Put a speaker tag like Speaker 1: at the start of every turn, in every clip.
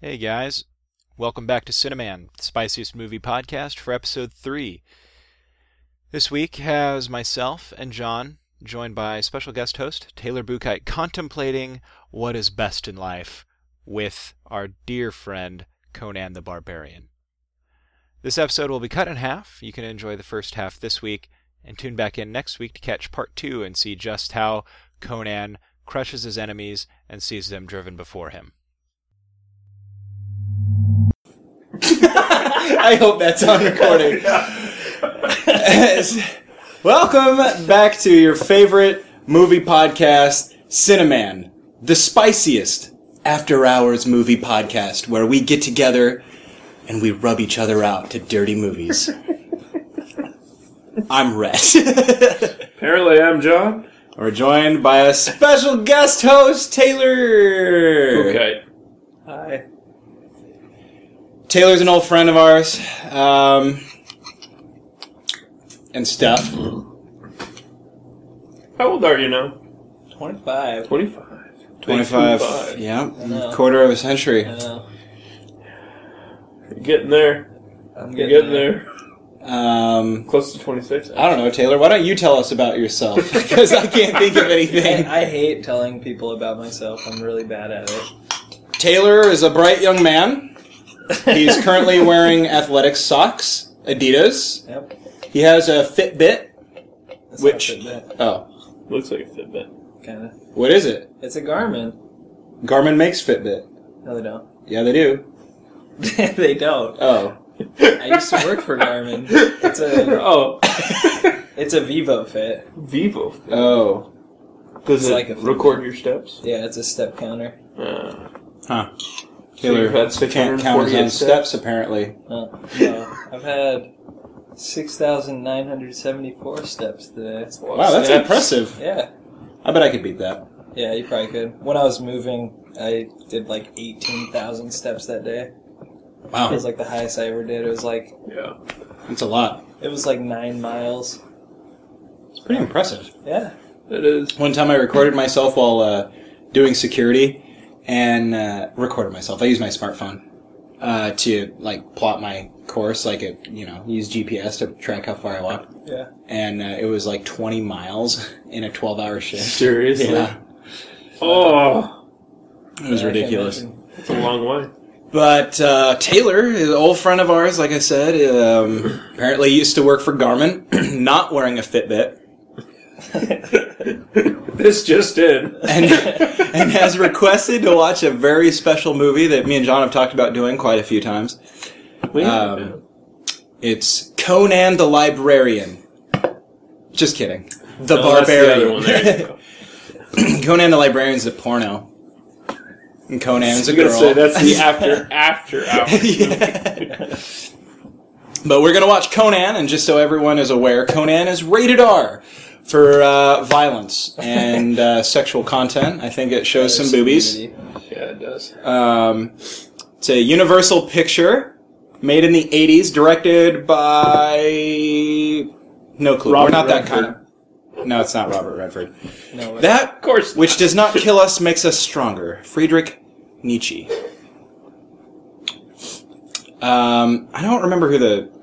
Speaker 1: Hey guys, welcome back to Cineman, the spiciest movie podcast for episode 3. This week has myself and John, joined by special guest host Taylor Bukite, contemplating what is best in life with our dear friend Conan the Barbarian. This episode will be cut in half. You can enjoy the first half this week and tune back in next week to catch part 2 and see just how Conan crushes his enemies and sees them driven before him.
Speaker 2: I hope that's on recording. Welcome back to your favorite movie podcast, Cineman, the spiciest after hours movie podcast where we get together and we rub each other out to dirty movies. I'm Rhett.
Speaker 3: Apparently, I'm John.
Speaker 2: We're joined by a special guest host, Taylor.
Speaker 3: Okay.
Speaker 4: Hi.
Speaker 2: Taylor's an old friend of ours, um, and stuff.
Speaker 3: How old are you now?
Speaker 4: 25.
Speaker 3: 25.
Speaker 2: 25.
Speaker 4: know.
Speaker 2: Yeah, quarter of a century.
Speaker 4: I know.
Speaker 3: You're getting there.
Speaker 4: I'm
Speaker 3: You're getting there.
Speaker 2: Um,
Speaker 3: Close to 26.
Speaker 2: I don't know, Taylor. Why don't you tell us about yourself? Because I can't think of anything.
Speaker 4: I, I hate telling people about myself. I'm really bad at it.
Speaker 2: Taylor is a bright young man. He's currently wearing athletic socks, Adidas.
Speaker 4: Yep.
Speaker 2: He has a Fitbit.
Speaker 4: That's
Speaker 2: Which-
Speaker 4: Kind
Speaker 2: Oh,
Speaker 3: Looks like a Fitbit.
Speaker 4: of.
Speaker 2: what is it?
Speaker 4: It's a Garmin.
Speaker 2: Garmin makes Fitbit.
Speaker 4: No, they don't.
Speaker 2: Yeah, they do.
Speaker 4: they don't.
Speaker 2: Oh,
Speaker 4: I used to work for Garmin. It's a
Speaker 3: Oh,
Speaker 4: it's a Vivo Fit.
Speaker 3: Vivo.
Speaker 2: oh.
Speaker 3: Does
Speaker 4: It's
Speaker 3: it
Speaker 4: like a Fitbit.
Speaker 3: record your steps?
Speaker 4: Yeah, it's a step counter.
Speaker 3: Uh,
Speaker 2: Taylor
Speaker 3: you've had
Speaker 2: can't count his
Speaker 3: 648
Speaker 2: own
Speaker 3: steps?
Speaker 2: steps, apparently.
Speaker 4: Oh, no. I've had 6,974 steps today.
Speaker 3: that's a lot of
Speaker 2: Wow, that's
Speaker 3: steps.
Speaker 2: impressive.
Speaker 4: Yeah.
Speaker 2: I bet I could beat that.
Speaker 4: Yeah, you probably could. When I was moving, I did like 18,000 steps that day. It
Speaker 2: Wow,
Speaker 4: was like the highest I ever did. It was like
Speaker 3: Yeah.
Speaker 2: that's a lot.
Speaker 4: It was like nine miles.
Speaker 2: It's pretty impressive.
Speaker 4: Yeah.
Speaker 3: It is.
Speaker 2: One time I recorded myself while uh, doing security and uh, recorded myself. I used my smartphone uh, to like plot my course, like it, you know, use GPS to track how far I walked.
Speaker 4: Yeah.
Speaker 2: And uh, it was like 20 miles in a 12 hour shift.
Speaker 3: Seriously?
Speaker 2: Yeah,
Speaker 3: Oh,
Speaker 2: it was
Speaker 4: Yeah, I can
Speaker 2: ridiculous.
Speaker 4: imagine.
Speaker 3: it's a long way.
Speaker 2: But uh, Taylor, an old friend of ours, like I said, um, apparently used to work for Garmin, not wearing a Fitbit,
Speaker 3: This just in.
Speaker 2: and, and has requested to watch a very special movie that me and John have talked about doing quite a few times.
Speaker 3: We
Speaker 2: Um, It's Conan the Librarian. Just kidding. The
Speaker 3: no, that's the other
Speaker 2: Barbarian.
Speaker 3: one. There you go.
Speaker 2: Conan the Librarian's the porno. And Conan's a
Speaker 3: I'm gonna
Speaker 2: girl.
Speaker 3: say that's the after after hours.
Speaker 2: Yeah. But we're gonna watch Conan, and just so everyone is aware, Conan is rated R for uh, violence and uh, sexual content. I think it shows some
Speaker 4: There's
Speaker 2: boobies.
Speaker 4: nudity.
Speaker 3: yeah, it does.
Speaker 2: Um, it's a Universal picture made in the 80s, directed by. No clue.
Speaker 3: Robert
Speaker 2: We're not that
Speaker 3: Redford.
Speaker 2: kind of. No, it's not Robert Redford.
Speaker 4: No way.
Speaker 3: Of
Speaker 2: That,
Speaker 3: course.
Speaker 2: which does not kill us, makes us stronger. Friedrich Nietzsche. Um, I don't remember who the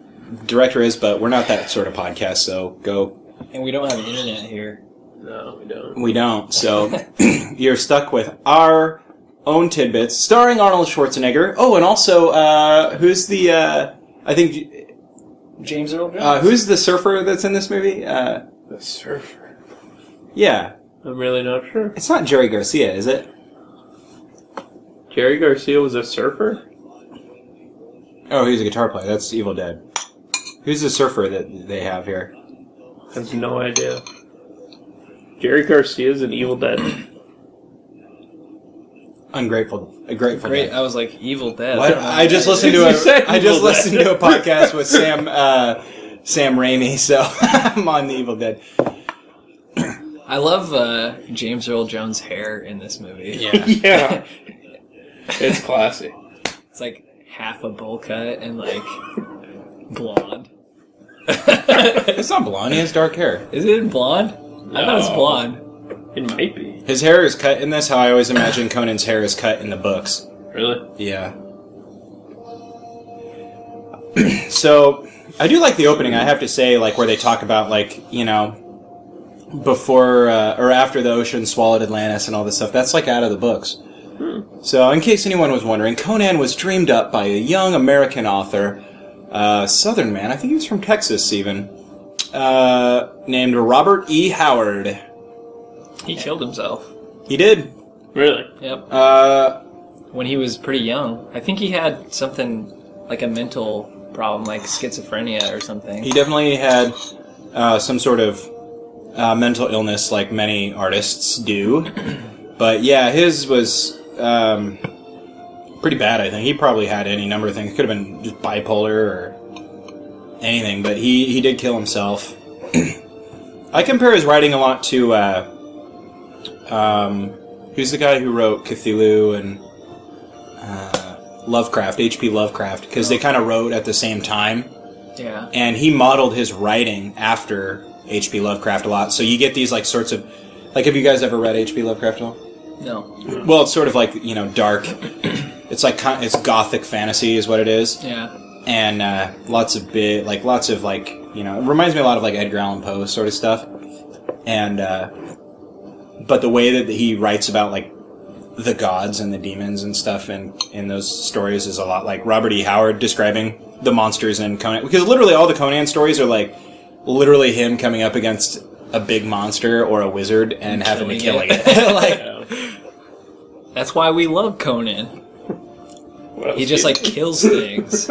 Speaker 2: director is, but we're not that sort of podcast, so go.
Speaker 4: and we don't have internet here.
Speaker 3: No, we don't.
Speaker 2: We don't, so you're stuck with our own tidbits, starring Arnold Schwarzenegger. Oh, and also, uh, who's the, uh, I think,
Speaker 4: James Earl Jones.
Speaker 2: uh, who's the surfer that's in this movie? Uh,
Speaker 3: The surfer.
Speaker 2: yeah.
Speaker 3: I'm really not sure.
Speaker 2: It's not Jerry Garcia, is it?
Speaker 3: Jerry Garcia was a surfer.
Speaker 2: Oh, he's a guitar player. That's Evil Dead. Who's the surfer that they have here?
Speaker 3: I have no idea. Jerry Garcia is an Evil Dead.
Speaker 2: Ungrateful. A grateful.
Speaker 4: Great.
Speaker 2: Dead.
Speaker 4: I was like Evil Dead.
Speaker 2: Why- I just listened to
Speaker 3: You said
Speaker 2: a, I just
Speaker 3: Evil Dead.
Speaker 2: listened to a podcast with Sam uh, Sam Raimi, so I'm on the Evil Dead.
Speaker 4: I love uh, James Earl Jones' hair in this movie.
Speaker 3: yeah. It's classy.
Speaker 4: It's like half a bowl cut and like blonde.
Speaker 2: It's not blonde. He has dark hair.
Speaker 4: Is it blonde? I thought it was
Speaker 3: No.
Speaker 4: blonde.
Speaker 3: It might be.
Speaker 2: His hair is cut in this. How I always imagine Conan's hair is cut in the books.
Speaker 3: Really?
Speaker 2: Yeah. so I do like the opening. I have to say, like where they talk about like you know before uh, or after the ocean swallowed Atlantis and all this stuff. That's like out of the books. So, in case anyone was wondering, Conan was dreamed up by a young American author, uh, Southern man. I think he was from Texas, even. Uh, named Robert E. Howard.
Speaker 4: He killed himself.
Speaker 2: He did.
Speaker 3: Really?
Speaker 4: Yep.
Speaker 2: Uh,
Speaker 4: When he was pretty young, I think he had something like a mental problem, like schizophrenia or something.
Speaker 2: he definitely had uh, some sort of uh, mental illness, like many artists do. But yeah, his was um, pretty bad. I think he probably had any number of things. Could have been just bipolar or anything. But he he did kill himself. I compare his writing a lot to uh, um, who's the guy who wrote Cthulhu and uh, Lovecraft, H.P. Lovecraft, because they kind of wrote at the same time
Speaker 4: yeah.
Speaker 2: and he modeled his writing after H.P. Lovecraft a lot. So you get these like sorts of like have you guys ever read H.P. Lovecraft at all?
Speaker 4: No.
Speaker 2: Well, it's sort of like you know dark. It's like kind- it's gothic fantasy is what it is,
Speaker 4: Yeah.
Speaker 2: and uh, lots of bit like lots of like you know it reminds me a lot of like Edgar Allan Poe sort of stuff, and uh, but the way that he writes about like the gods and the demons and stuff in in those stories is a lot like Robert E. Howard describing the monsters in Conan because literally all the Conan stories are like literally him coming up against a big monster or a wizard and, having to kill
Speaker 4: killing
Speaker 2: it.
Speaker 4: it.
Speaker 2: like
Speaker 3: Yeah.
Speaker 4: That's why we love Conan.
Speaker 3: What else
Speaker 4: He just
Speaker 3: do you-
Speaker 4: like kills things.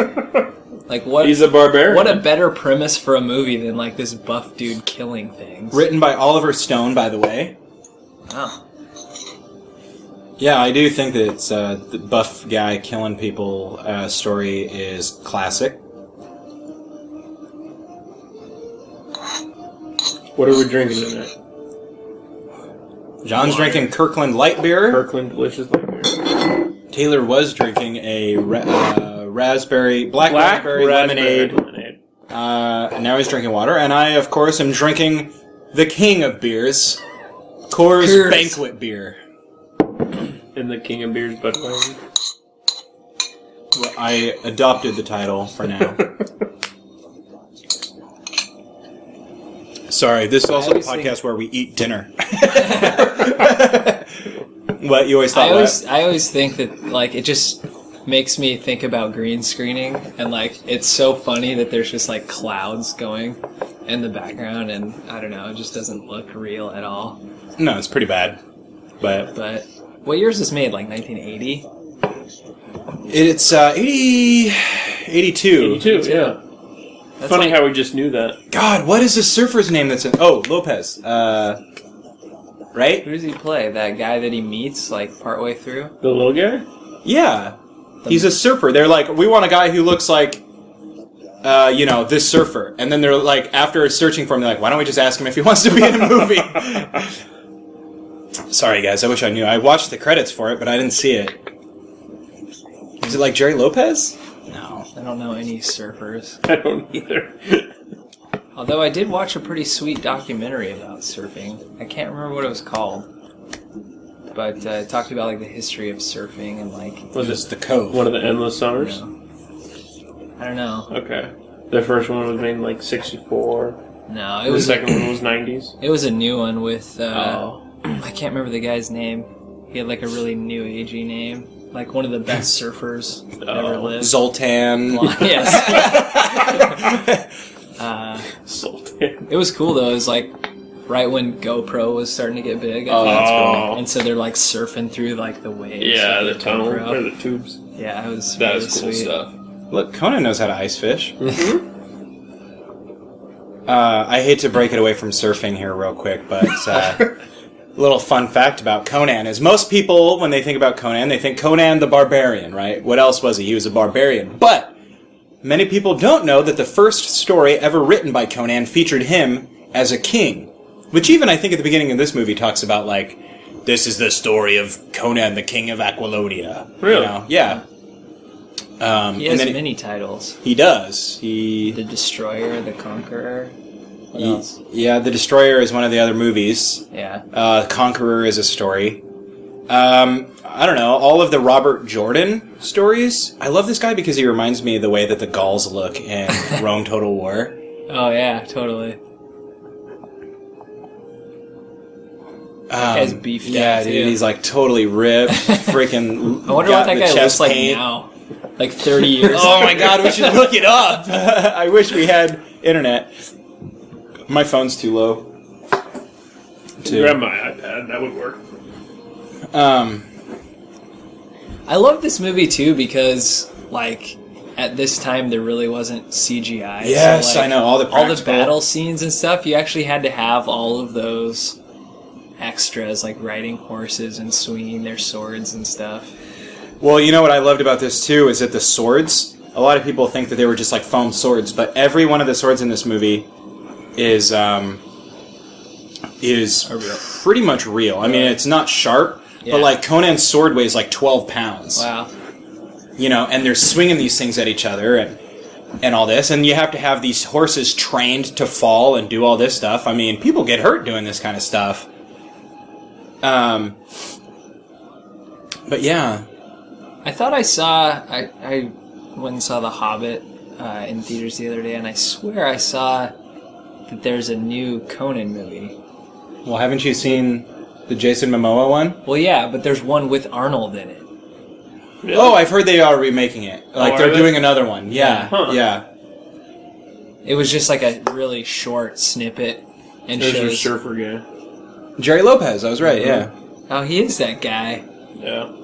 Speaker 4: Like what?
Speaker 3: he's a barbarian.
Speaker 4: what a better premise for a movie than like this buff dude killing things.
Speaker 2: written by Oliver Stone, by the way.
Speaker 3: Oh,
Speaker 4: Wow.
Speaker 2: Yeah, I do think that it's, uh, the buff guy killing people uh, story is classic.
Speaker 3: What are we drinking tonight?
Speaker 2: John's drinking Kirkland light beer.
Speaker 3: Kirkland delicious light beer.
Speaker 2: Taylor was drinking a ra- uh, raspberry, black, raspberry, lemonade. Uh, and now he's drinking water. And I, of course, am drinking the king of beers, Coors
Speaker 4: Coors.
Speaker 2: Banquet Beer.
Speaker 3: And the king of beers, Budweiser.
Speaker 2: Well, I adopted the title for now. Sorry, this is also a
Speaker 4: always think-
Speaker 2: podcast where we eat dinner. what you always
Speaker 4: I
Speaker 2: thought?
Speaker 4: always
Speaker 2: what?
Speaker 4: I always think that like it just makes me think about green screening and like it's so funny that there's just like clouds going in the background and I don't know, it just doesn't look real at all.
Speaker 2: No, it's pretty bad, but
Speaker 4: But what years was made? Like 1980?
Speaker 2: it, it's uh, 80, 82.
Speaker 3: 82, yeah.
Speaker 4: That's
Speaker 3: Funny
Speaker 4: like-
Speaker 3: how we just knew that.
Speaker 2: God, what is the surfer's name? That's in? Oh, Lopez. Uh,
Speaker 4: Who
Speaker 2: right?
Speaker 4: does he play? That guy that he meets like partway through?
Speaker 3: The little guy?
Speaker 2: Yeah, he's a surfer. They're like, we want a guy who looks like. Uh, you know this surfer, and then they're like, after searching for him, they're like, "Why don't we just ask him if he wants to be in a movie?" Sorry, guys. I wish I knew. I watched the credits for it, but I didn't see it. Is it like Jerry Lopez? No.
Speaker 4: I don't know any surfers.
Speaker 3: I don't either.
Speaker 4: Although I did watch a pretty sweet documentary about surfing. I can't remember what it was called. But uh, it talked about like the history of surfing and like
Speaker 2: It
Speaker 3: Was
Speaker 2: was
Speaker 3: it
Speaker 2: the Cove.
Speaker 3: one of the endless summers?
Speaker 4: I don't know.
Speaker 3: Okay. The first one was made in like 64.
Speaker 4: No, it
Speaker 3: The
Speaker 4: was
Speaker 3: second one was 90s.
Speaker 4: it was a new one with uh,
Speaker 3: Oh.
Speaker 4: I can't remember the guy's name. He had like a really new agey name, like one of the best surfers ever
Speaker 3: Oh.
Speaker 4: lived.
Speaker 2: Zoltan.
Speaker 4: yes,
Speaker 3: Sultan.
Speaker 4: it was cool though. It was like right when GoPro was starting to get big. I
Speaker 2: Oh,
Speaker 4: think.
Speaker 2: that's cool.
Speaker 3: Oh.
Speaker 4: And so they're like surfing through like the waves.
Speaker 3: Yeah, the
Speaker 4: with their
Speaker 3: tunnel.
Speaker 4: GoPro.
Speaker 3: Or the tubes.
Speaker 4: Yeah, it was
Speaker 3: That
Speaker 4: really
Speaker 3: is cool
Speaker 4: sweet.
Speaker 3: stuff.
Speaker 2: Look, Conan knows how to ice fish. Uh, I hate to break it away from surfing here, real quick, but uh, a little fun fact about Conan is most people, when they think about Conan, they think Conan the Barbarian, right? What else was he? He was a barbarian. But many people don't know that the first story ever written by Conan featured him as a king, which even I think at the beginning of this movie talks about like. This is the story of Conan, the king of Aquilonia. You
Speaker 3: Really?
Speaker 2: know? Yeah. Um,
Speaker 4: He
Speaker 2: and
Speaker 4: has
Speaker 2: then it-
Speaker 4: many titles:
Speaker 2: he does. He.
Speaker 4: the Destroyer, the Conqueror. What
Speaker 2: he-
Speaker 4: else?
Speaker 2: yeah, The Destroyer is one of the other movies.
Speaker 4: Yeah.
Speaker 2: Uh, Conqueror is a story. Um, I don't know. All of the Robert Jordan stories. I love this guy because he reminds me of the way that the Gauls look in Rome Total War.
Speaker 4: Oh yeah, totally.
Speaker 2: Um,
Speaker 4: guy's beefed
Speaker 2: yeah,
Speaker 4: out,
Speaker 2: dude.
Speaker 4: too.
Speaker 2: He's like totally ripped, freaking.
Speaker 4: I wonder
Speaker 2: got
Speaker 4: what that
Speaker 2: the
Speaker 4: guy looks
Speaker 2: chest
Speaker 4: like
Speaker 2: paint.
Speaker 4: now. Like 30 years.
Speaker 2: Oh my god, we should look it up. I wish we had internet. My phone's too low. Too.
Speaker 3: Grab my iPad. That would work.
Speaker 2: Um,
Speaker 4: I love this movie too because like at this time there really wasn't CGI. so,
Speaker 2: Yes,
Speaker 4: like,
Speaker 2: I know, all the
Speaker 4: all the
Speaker 2: practical-
Speaker 4: battle scenes and stuff. You actually had to have all of those extras like riding horses and swinging their swords and stuff.
Speaker 2: well, you know what I loved about this too is that the swords. A lot of people think that they were just like foam swords, but every one of the swords in this movie is um, is
Speaker 4: real.
Speaker 2: pretty much real. I mean, it's not sharp,
Speaker 4: Yeah.
Speaker 2: but like Conan's sword weighs like twelve pounds.
Speaker 4: Wow.
Speaker 2: you know, and they're swinging these things at each other and and all this, and you have to have these horses trained to fall and do all this stuff. I mean, people get hurt doing this kind of stuff. Um, but yeah,
Speaker 4: I thought I saw I I went and saw The Hobbit uh, in theaters the other day and I swear I saw that there's a new Conan movie.
Speaker 2: well, haven't you seen the Jason Momoa one?
Speaker 4: Well, yeah, but there's one with Arnold in it.
Speaker 3: Really?
Speaker 2: Oh, I've heard they are remaking it. Like
Speaker 3: Oh, are
Speaker 2: they're
Speaker 3: they?
Speaker 2: doing another one. Yeah,
Speaker 3: Huh.
Speaker 2: yeah.
Speaker 4: It was just like a really short snippet and
Speaker 3: There's your
Speaker 4: shows.
Speaker 3: surfer guy.
Speaker 2: Jerry Lopez. I was right. Yeah,
Speaker 3: Mm-hmm.
Speaker 4: Oh, he is that guy.
Speaker 3: Yeah.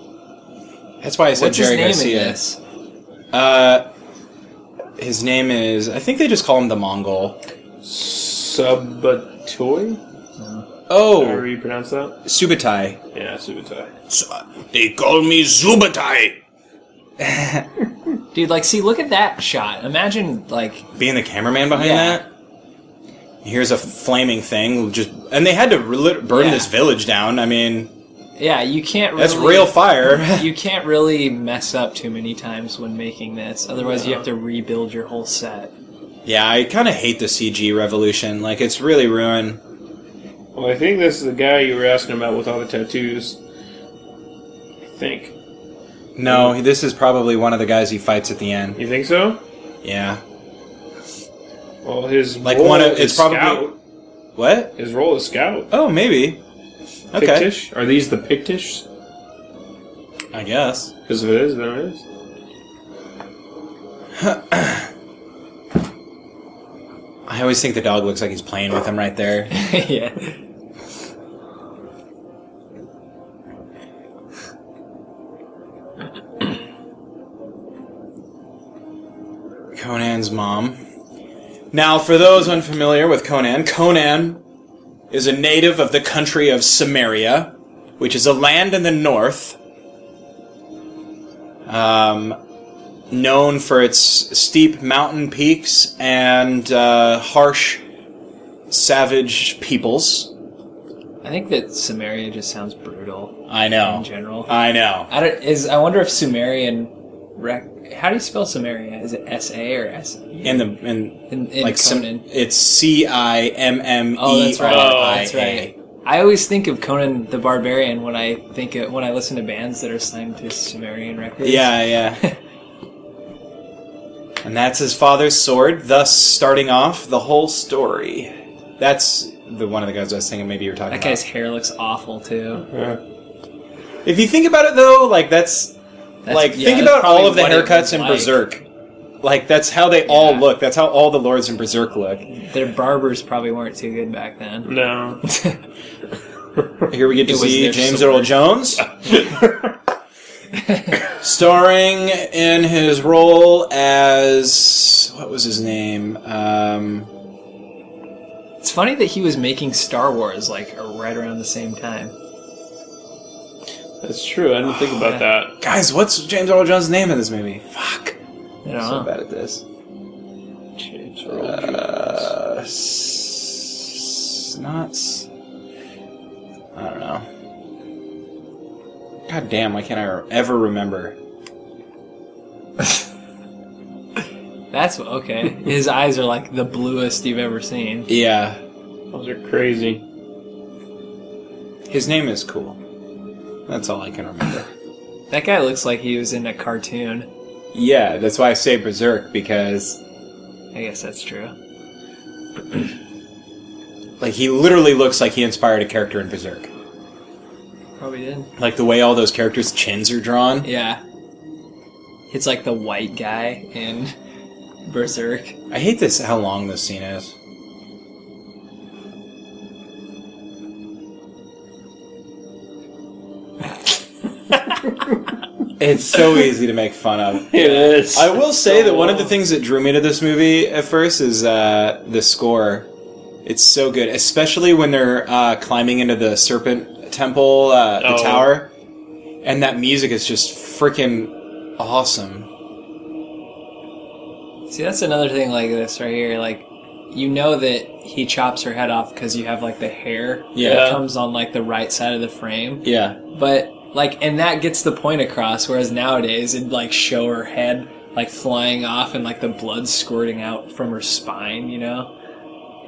Speaker 2: that's why I said
Speaker 4: What's
Speaker 2: Jerry
Speaker 4: his name
Speaker 2: Garcia.
Speaker 4: in this?
Speaker 2: Uh, his name is. I think they just call him the Mongol.
Speaker 3: Subatoy? However
Speaker 2: Oh,
Speaker 3: you pronounce that?
Speaker 2: Subutai.
Speaker 3: Yeah, Subatai.
Speaker 2: They call me Zubatai.
Speaker 4: Dude, like, see, look at that shot. Imagine, like,
Speaker 2: Being the cameraman behind
Speaker 4: Yeah.
Speaker 2: that. Here's a flaming thing. Just and they had to re- lit- burn
Speaker 4: Yeah.
Speaker 2: this village down. I mean,
Speaker 4: yeah, you can't. Really,
Speaker 2: that's real fire.
Speaker 4: you can't really mess up too many times when making this. Otherwise, you have to rebuild your whole set.
Speaker 2: yeah, I kind of hate the CG revolution. Like it's really ruined.
Speaker 3: Well, I think this is the guy you were asking about with all the tattoos. I think.
Speaker 2: No, this is probably one of the guys he fights at the end.
Speaker 3: You think so?
Speaker 2: Yeah.
Speaker 3: Well, his
Speaker 2: Like
Speaker 3: role
Speaker 2: one of-
Speaker 3: is
Speaker 2: it's probably-
Speaker 3: scout.
Speaker 2: What?
Speaker 3: His role is scout.
Speaker 2: Oh, maybe. Okay.
Speaker 3: Pictish? Are these the Pictish?
Speaker 2: I guess.
Speaker 3: Because if it is, then it is.
Speaker 2: I always think the dog looks like he's playing with him right there.
Speaker 4: yeah.
Speaker 2: Conan's mom. Now, for those unfamiliar with Conan, Conan is a native of the country of Samaria, which is a land in the north, um, known for its steep mountain peaks and uh, harsh, savage peoples.
Speaker 4: I think that Samaria just sounds brutal
Speaker 2: I know.
Speaker 4: in general.
Speaker 2: I know.
Speaker 4: I don't. Is I wonder if Sumerian. Rec- how do you spell Samaria? Is it S A or S?
Speaker 2: In the in,
Speaker 4: In, in
Speaker 2: like some,
Speaker 4: Conan.
Speaker 2: it's C I M M E R I A.
Speaker 4: Oh, that's right. that's right. I always think of Conan the Barbarian when I think of, when I listen to bands that are signed to Sumerian Records.
Speaker 2: Yeah, yeah. and that's his father's sword, thus starting off the whole story. That's the one of the guys I was thinking maybe you were talking
Speaker 4: That
Speaker 2: about.
Speaker 4: guy's hair looks awful too.
Speaker 3: Yeah.
Speaker 2: If you think about it though, like that's,
Speaker 4: That's-
Speaker 2: like
Speaker 4: yeah,
Speaker 2: think
Speaker 4: that's
Speaker 2: about all
Speaker 4: probably
Speaker 2: of the
Speaker 4: what it was
Speaker 2: haircuts in
Speaker 4: like.
Speaker 2: Berserk. Like that's how they all
Speaker 4: Yeah.
Speaker 2: look. That's how all the lords in Berserk look.
Speaker 4: Their barbers probably weren't too good back then.
Speaker 3: No.
Speaker 2: Here we get to
Speaker 4: It was
Speaker 2: see
Speaker 4: their
Speaker 2: James
Speaker 4: sword.
Speaker 2: Earl Jones. Starring in his role as what was his name? Um,
Speaker 4: It's funny that he was making Star Wars like right around the same time.
Speaker 3: That's true. I didn't think about that.
Speaker 2: Guys, what's James Earl Jones' name in this movie? Fuck.
Speaker 4: I don't
Speaker 2: So
Speaker 4: know.
Speaker 2: bad at this.
Speaker 3: James Earl Jones.
Speaker 2: Uh, s- not. s- I don't know. God damn! Why can't I re- ever remember?
Speaker 4: That's what- okay. His eyes are like the bluest you've ever seen.
Speaker 2: Yeah,
Speaker 3: Those are crazy.
Speaker 2: his name is cool. That's all I can remember.
Speaker 4: That guy looks like he was in a cartoon.
Speaker 2: Yeah, that's why I say Berserk because
Speaker 4: I guess that's true.
Speaker 2: like he literally looks like he inspired a character in Berserk.
Speaker 4: Probably did.
Speaker 2: Like the way all those characters' chins are drawn.
Speaker 4: Yeah. It's like the white guy in Berserk.
Speaker 2: I hate this how long this scene is. it's so easy to make fun of.
Speaker 3: It is. Oh.
Speaker 2: I will say that one of the things that drew me to this movie at first is uh, the score. It's so good, especially when they're uh, climbing into the serpent temple, uh, the
Speaker 3: Oh.
Speaker 2: tower, and that music is just freaking awesome.
Speaker 4: See, that's another thing like this right here. Like, you know that he chops her head off because you have like the hair
Speaker 2: Yeah.
Speaker 4: that comes on like the right side of the frame.
Speaker 2: Yeah,
Speaker 4: But like, and that gets the point across. Whereas nowadays, it'd like show her head like flying off and like the blood squirting out from her spine, you know.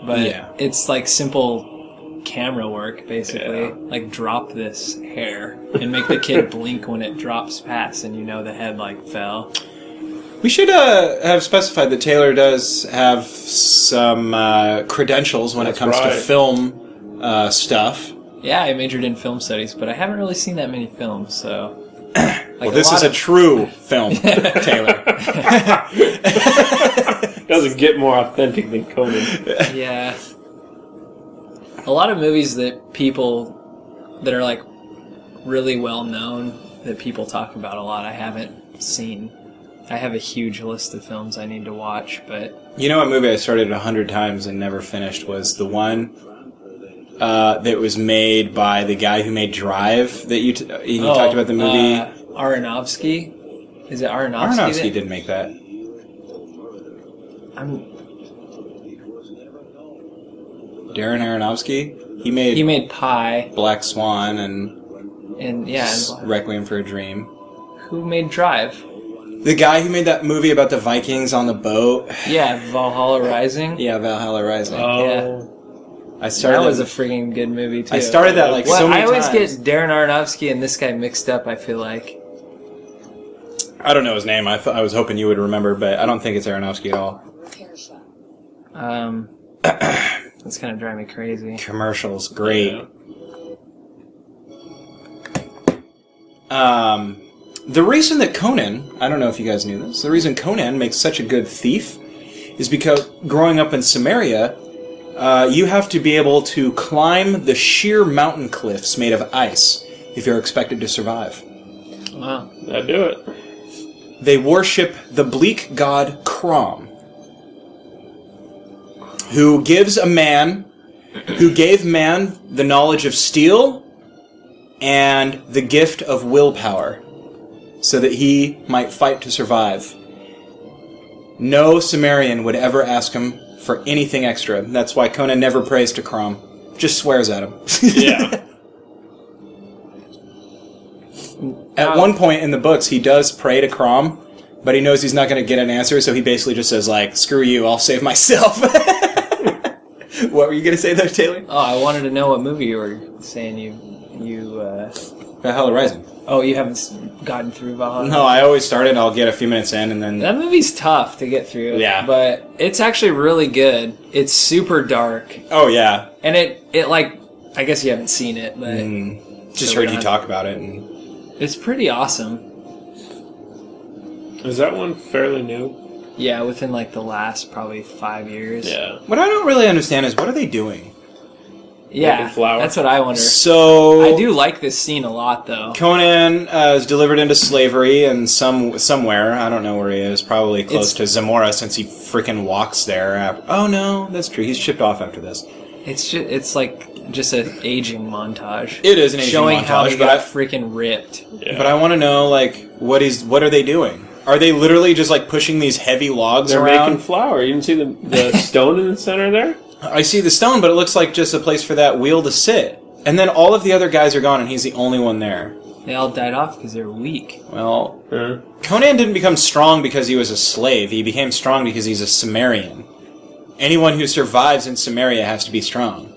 Speaker 4: But
Speaker 2: Yeah.
Speaker 4: it's like simple camera work, basically.
Speaker 3: Yeah.
Speaker 4: Like drop this hair and make the kid blink when it drops past, and you know the head like fell.
Speaker 2: We should uh, have specified that Taylor does have some uh, credentials when
Speaker 3: That's
Speaker 2: it comes to
Speaker 3: right.
Speaker 2: film uh, stuff.
Speaker 4: Yeah, I majored in film studies, but I haven't really seen that many films, so. Like
Speaker 2: Well, this
Speaker 4: lot
Speaker 2: is a
Speaker 4: of-
Speaker 2: true film, Taylor.
Speaker 3: Doesn't get more authentic than Conan.
Speaker 4: yeah. A lot of movies that people that are like really well known that people talk about a lot I haven't seen. I have a huge list of films I need to watch, but
Speaker 2: You know what movie I started a hundred times and never finished was the one uh, that was made by the guy who made Drive that you, t- uh, you
Speaker 4: Oh,
Speaker 2: talked about the movie.
Speaker 4: uh, Aronofsky. Is it Aronofsky?
Speaker 2: Aronofsky
Speaker 4: that-
Speaker 2: didn't make that.
Speaker 4: I'm,
Speaker 2: Darren Aronofsky. He made,
Speaker 4: he made Pie,
Speaker 2: Black Swan and
Speaker 4: and yeah, and-
Speaker 2: Requiem for a Dream.
Speaker 4: who made Drive?
Speaker 2: The guy who made that movie about the Vikings on the boat.
Speaker 4: Yeah, Valhalla Rising.
Speaker 2: Yeah, Valhalla Rising.
Speaker 3: Oh,
Speaker 2: I started
Speaker 4: that was a freaking good movie too.
Speaker 2: I started that like
Speaker 4: Well,
Speaker 2: so many
Speaker 4: I always
Speaker 2: times.
Speaker 4: get Darren Aronofsky and this guy mixed up. I feel like
Speaker 2: I don't know his name. I, th- I was hoping you would remember, but I don't think it's Aronofsky at all.
Speaker 4: um, it's gonna drive me crazy.
Speaker 2: Commercials, great. Um, the reason that Conan, I don't know if you guys knew this, the reason Conan makes such a good thief is because growing up in Samaria, uh, you have to be able to climb the sheer mountain cliffs made of ice if you're expected to survive.
Speaker 4: Wow.
Speaker 3: I do it.
Speaker 2: They worship the bleak god Crom, who gives a man, who gave man the knowledge of steel and the gift of willpower, so that he might fight to survive. No Sumerian would ever ask him for anything extra. That's why Conan never prays to Crom, just swears at him.
Speaker 3: Yeah.
Speaker 2: At
Speaker 4: Uh,
Speaker 2: one point in the books, he does pray to Crom, but he knows he's not going to get an answer, so he basically just says, like, screw you, I'll save myself. what were you going to say there, Taylor?
Speaker 4: Oh, I wanted to know what movie you were saying you you. Uh,
Speaker 2: Valhalla Rising.
Speaker 4: oh, you haven't s- gotten through Valhalla.
Speaker 2: No, Oh, I always start it, I'll get a few minutes in, and then...
Speaker 4: That movie's tough to get through.
Speaker 2: Yeah.
Speaker 4: But it's actually really good. It's super dark,
Speaker 2: Oh, yeah.
Speaker 4: and it it like I guess you haven't seen it, but
Speaker 2: Just
Speaker 4: So
Speaker 2: heard
Speaker 4: we're
Speaker 2: you
Speaker 4: not-
Speaker 2: talk about it. And...
Speaker 4: it's pretty awesome.
Speaker 3: Is that one fairly new?
Speaker 4: Yeah, within like the last probably five years.
Speaker 2: What I don't really understand is, what are they doing?
Speaker 4: Yeah,
Speaker 3: Golden Flower.
Speaker 4: that's what I wonder.
Speaker 2: So...
Speaker 4: I do like this scene a lot, though.
Speaker 2: Conan uh, is delivered into slavery and some somewhere I don't know where he is, probably close
Speaker 4: It's-
Speaker 2: to Zamora since he freaking walks there. af- oh no, that's true. He's shipped off after this.
Speaker 4: It's just, it's like just an aging montage.
Speaker 2: It is an aging
Speaker 4: showing how
Speaker 2: montage,
Speaker 4: he
Speaker 2: but
Speaker 4: got
Speaker 2: I-
Speaker 4: freaking ripped.
Speaker 3: Yeah.
Speaker 2: But I want to know, like, what is what are they doing? Are they literally just like pushing these heavy logs
Speaker 3: They're
Speaker 2: around?
Speaker 3: making flour. You can see the, the stone in the center there?
Speaker 2: I see the stone, but it looks like just a place for that wheel to sit. And then all of the other guys are gone, and he's the only one there.
Speaker 4: They all died off because they're weak.
Speaker 2: Well,
Speaker 3: Huh?
Speaker 2: Conan didn't become strong because he was a slave. He became strong because he's a Sumerian. Anyone who survives in Samaria has to be strong.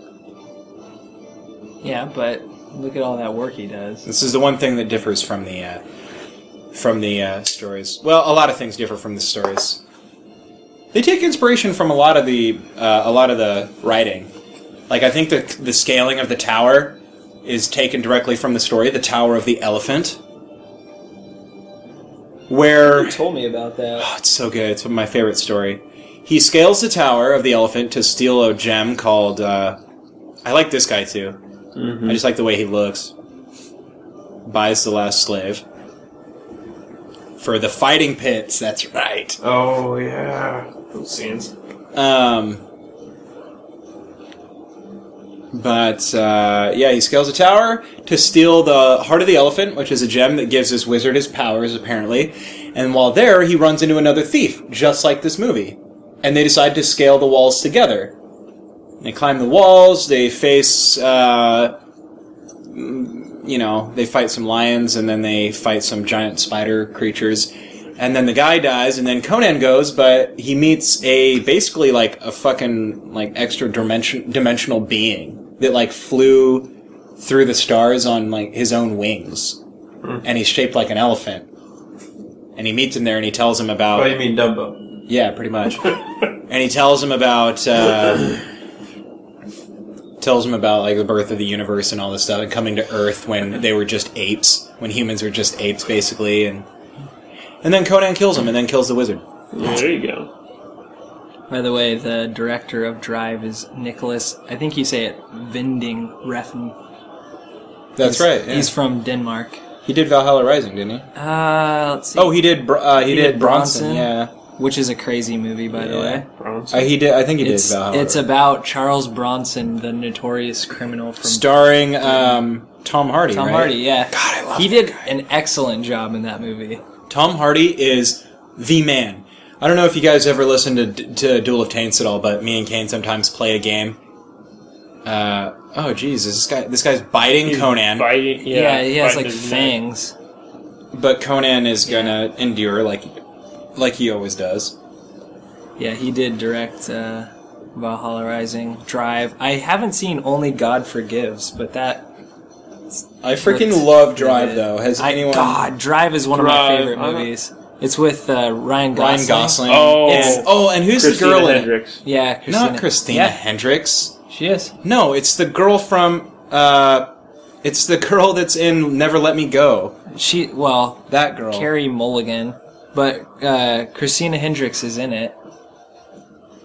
Speaker 4: Yeah, but Look at all that work he does.
Speaker 5: This is the one thing that differs from the uh, from the uh, stories. Well, a lot of things differ from the stories. They take inspiration from a lot of the uh, a lot of the writing. Like I think the the scaling of the tower is taken directly from the story, the Tower of the Elephant, where
Speaker 4: You told me about that.
Speaker 5: Oh, it's so good. It's my favorite story. He scales the tower of the elephant to steal a gem called. Uh, I like this guy too. I just like the way he looks. Buys the last slave for the fighting pits. That's right.
Speaker 3: Oh yeah, those scenes.
Speaker 5: Um, but uh, yeah, he scales a tower to steal the heart of the elephant, which is a gem that gives this wizard his powers, apparently. And while there, he runs into another thief, just like this movie. And they decide to scale the walls together. They climb the walls. They face, uh, mm, you know, they fight some lions, and then they fight some giant spider creatures. And then the guy dies, and then Conan goes, but he meets a basically like a fucking like extra dimension dimensional being that like flew through the stars on like his own wings,
Speaker 3: Hmm.
Speaker 5: and he's shaped like an elephant. And he meets him there, and he tells him about
Speaker 3: Oh, you mean Dumbo?
Speaker 5: yeah, pretty much. and he tells him about uh, tells him about like the birth of the universe and all this stuff, and coming to Earth when they were just apes, when humans were just apes, basically. And and then Conan kills him, and then kills the wizard.
Speaker 3: Yeah, there you go.
Speaker 4: By the way, the director of Drive is Nicholas. I think you say it Vinding Refn.
Speaker 5: That's
Speaker 4: He's-
Speaker 5: right. yeah.
Speaker 4: He's from Denmark.
Speaker 5: he did Valhalla Rising, didn't he?
Speaker 4: Uh, let's see.
Speaker 5: Oh, he did. Br- Uh, he,
Speaker 4: He
Speaker 5: did,
Speaker 4: did
Speaker 5: Bronson.
Speaker 4: Bronson.
Speaker 5: Yeah,
Speaker 4: which is a crazy movie, by the
Speaker 5: Yeah.
Speaker 4: way.
Speaker 3: Bronze.
Speaker 5: uh, he did. I think he
Speaker 4: It's
Speaker 5: did Valhalla.
Speaker 4: it's about Charles Bronson, the notorious criminal from
Speaker 5: starring um, Tom Hardy.
Speaker 4: Tom
Speaker 5: right?
Speaker 4: Hardy. Yeah, God,
Speaker 5: I love
Speaker 4: He did an excellent job in that movie.
Speaker 5: Tom Hardy is the man. I don't know if you guys ever listen to, to Duel of Taints at all, but me and Kane sometimes play a game. Uh, oh, geez, is this guy this guy's biting Conan,
Speaker 3: Biting,
Speaker 4: Yeah,
Speaker 3: yeah,
Speaker 4: he has like
Speaker 3: biting his neck.
Speaker 4: fangs.
Speaker 5: but Conan is gonna endure like like he always does.
Speaker 4: Yeah, he did direct uh, Valhalla Rising, Drive. I haven't seen Only God Forgives, but that
Speaker 5: I freaking
Speaker 4: Looked
Speaker 5: love Drive
Speaker 4: good.
Speaker 5: though. Has
Speaker 4: I,
Speaker 5: anyone
Speaker 4: God, Drive is one of my
Speaker 3: Drive,
Speaker 4: favorite
Speaker 3: I don't-
Speaker 4: movies. It's with uh, Ryan Gosling.
Speaker 5: Ryan Gosling?
Speaker 3: Oh.
Speaker 5: and, oh, and who's
Speaker 3: Christina
Speaker 5: the girl in it?
Speaker 3: Hendricks.
Speaker 4: Yeah, Christina.
Speaker 5: Not Christina
Speaker 4: Yeah,
Speaker 5: Hendricks.
Speaker 4: she is.
Speaker 5: No, it's the girl from. Uh, it's the girl that's in Never Let Me Go.
Speaker 4: She well,
Speaker 5: That girl.
Speaker 4: Carrie Mulligan, but uh, Christina Hendricks is in it.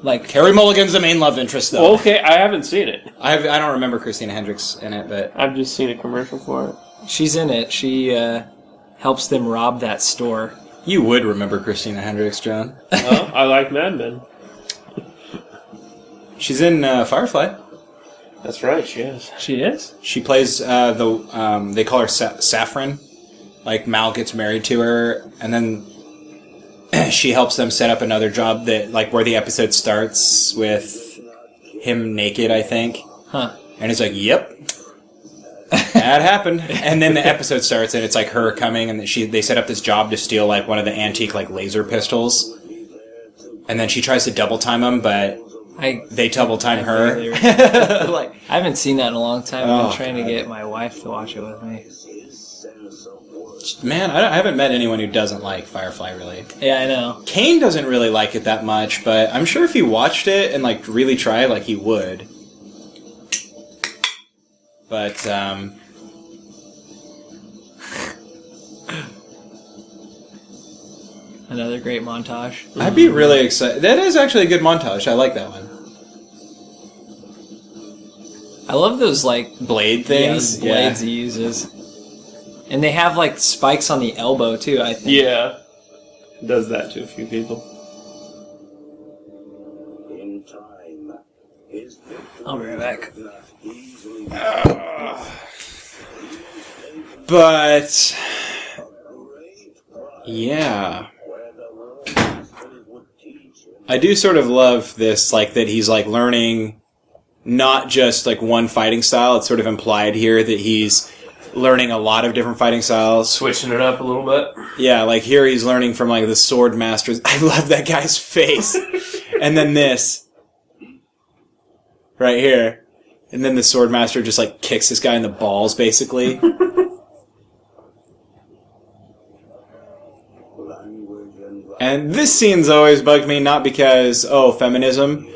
Speaker 4: Like
Speaker 5: Carrie Mulligan's the main love interest though.
Speaker 3: Okay, I haven't seen it.
Speaker 5: I've, I don't remember Christina Hendricks in it, but
Speaker 3: I've just seen a commercial for it.
Speaker 4: she's in it. She uh, helps them rob that store.
Speaker 5: you would remember Christina Hendricks, John.
Speaker 3: Oh, I like Mad Men.
Speaker 5: She's in uh, Firefly.
Speaker 3: That's right. She is.
Speaker 4: She is.
Speaker 5: She plays uh, the um, they call her Sa- Saffron. Like Mal gets married to her, and then she helps them set up another job that like where the episode starts with him naked, I think.
Speaker 4: Huh.
Speaker 5: And it's like, yep. that happened. And then the episode starts and it's like her coming and she they set up this job to steal like one of the antique like laser pistols. And then she tries to double time them, but
Speaker 4: I
Speaker 5: they double time her. like
Speaker 4: I haven't seen that in a long time. I've
Speaker 5: Oh,
Speaker 4: been trying to get my wife to watch it with me.
Speaker 5: man, I, don't- I haven't met anyone who doesn't like Firefly really.
Speaker 4: Yeah, I know.
Speaker 5: Kane doesn't really like it that much, but I'm sure if he watched it and like really tried, like he would. But um,
Speaker 4: Another great montage.
Speaker 5: I'd be really excited. That is actually a good montage. I like that one.
Speaker 4: I love those like
Speaker 5: Blade things,
Speaker 4: yeah, blades he uses, and they have like spikes on the elbow too. I think.
Speaker 3: Yeah, does that to a few people.
Speaker 6: In time, his victim
Speaker 4: I'll be right back.
Speaker 6: not easily
Speaker 5: But
Speaker 6: great pride
Speaker 5: yeah,
Speaker 6: where the world is filled with teach him
Speaker 5: I do sort of love this, like that he's like learning not just like one fighting style. It's sort of implied here that he's learning a lot of different fighting styles.
Speaker 3: Switching it up a little bit.
Speaker 5: Yeah, like here he's learning from like the sword masters. I love that guy's face, and then this right here.
Speaker 2: And then the swordmaster just like kicks this guy in the balls, basically.
Speaker 6: Language and
Speaker 2: And this scene's always bugged me, not because, oh, feminism,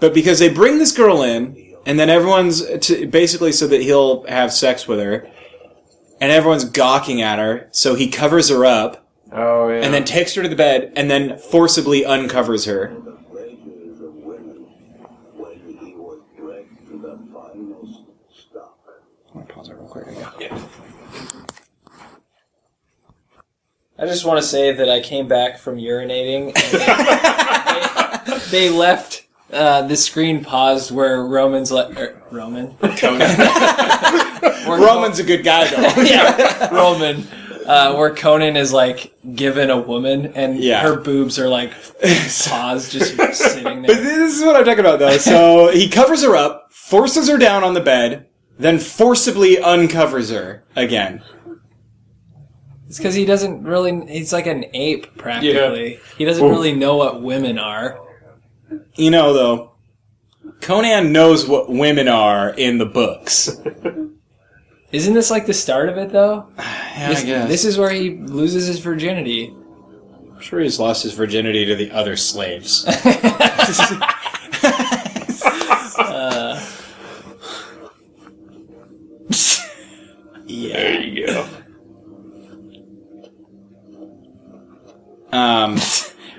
Speaker 2: but because they bring this girl in, and then everyone's t- basically so that he'll have sex with her, and everyone's gawking at her, so he covers her up,
Speaker 3: Oh yeah.
Speaker 2: and then takes her to the bed, and then forcibly uncovers her.
Speaker 6: the pleasures of women when he was bred to the finest stock.
Speaker 4: I just want to say that I came back from urinating. And they, they left uh, the screen paused where Roman's le- er, Roman. Where
Speaker 2: Roman's a good guy, though.
Speaker 4: yeah, Roman. Uh, where Conan is like given a woman and
Speaker 2: Yeah.
Speaker 4: her boobs are like paused, just sitting
Speaker 2: But
Speaker 4: there.
Speaker 2: this is what I'm talking about, though. So he covers her up, forces her down on the bed, then forcibly uncovers her again.
Speaker 4: It's because he doesn't really. He's like an ape practically. He doesn't really know what women are.
Speaker 2: You know, though, Conan knows what women are in the books.
Speaker 4: Isn't this like the start of it though?
Speaker 2: Yeah,
Speaker 4: This, this is where he loses his virginity.
Speaker 2: I'm sure he's lost his virginity to the other slaves. yeah.
Speaker 3: there you go.
Speaker 2: Um,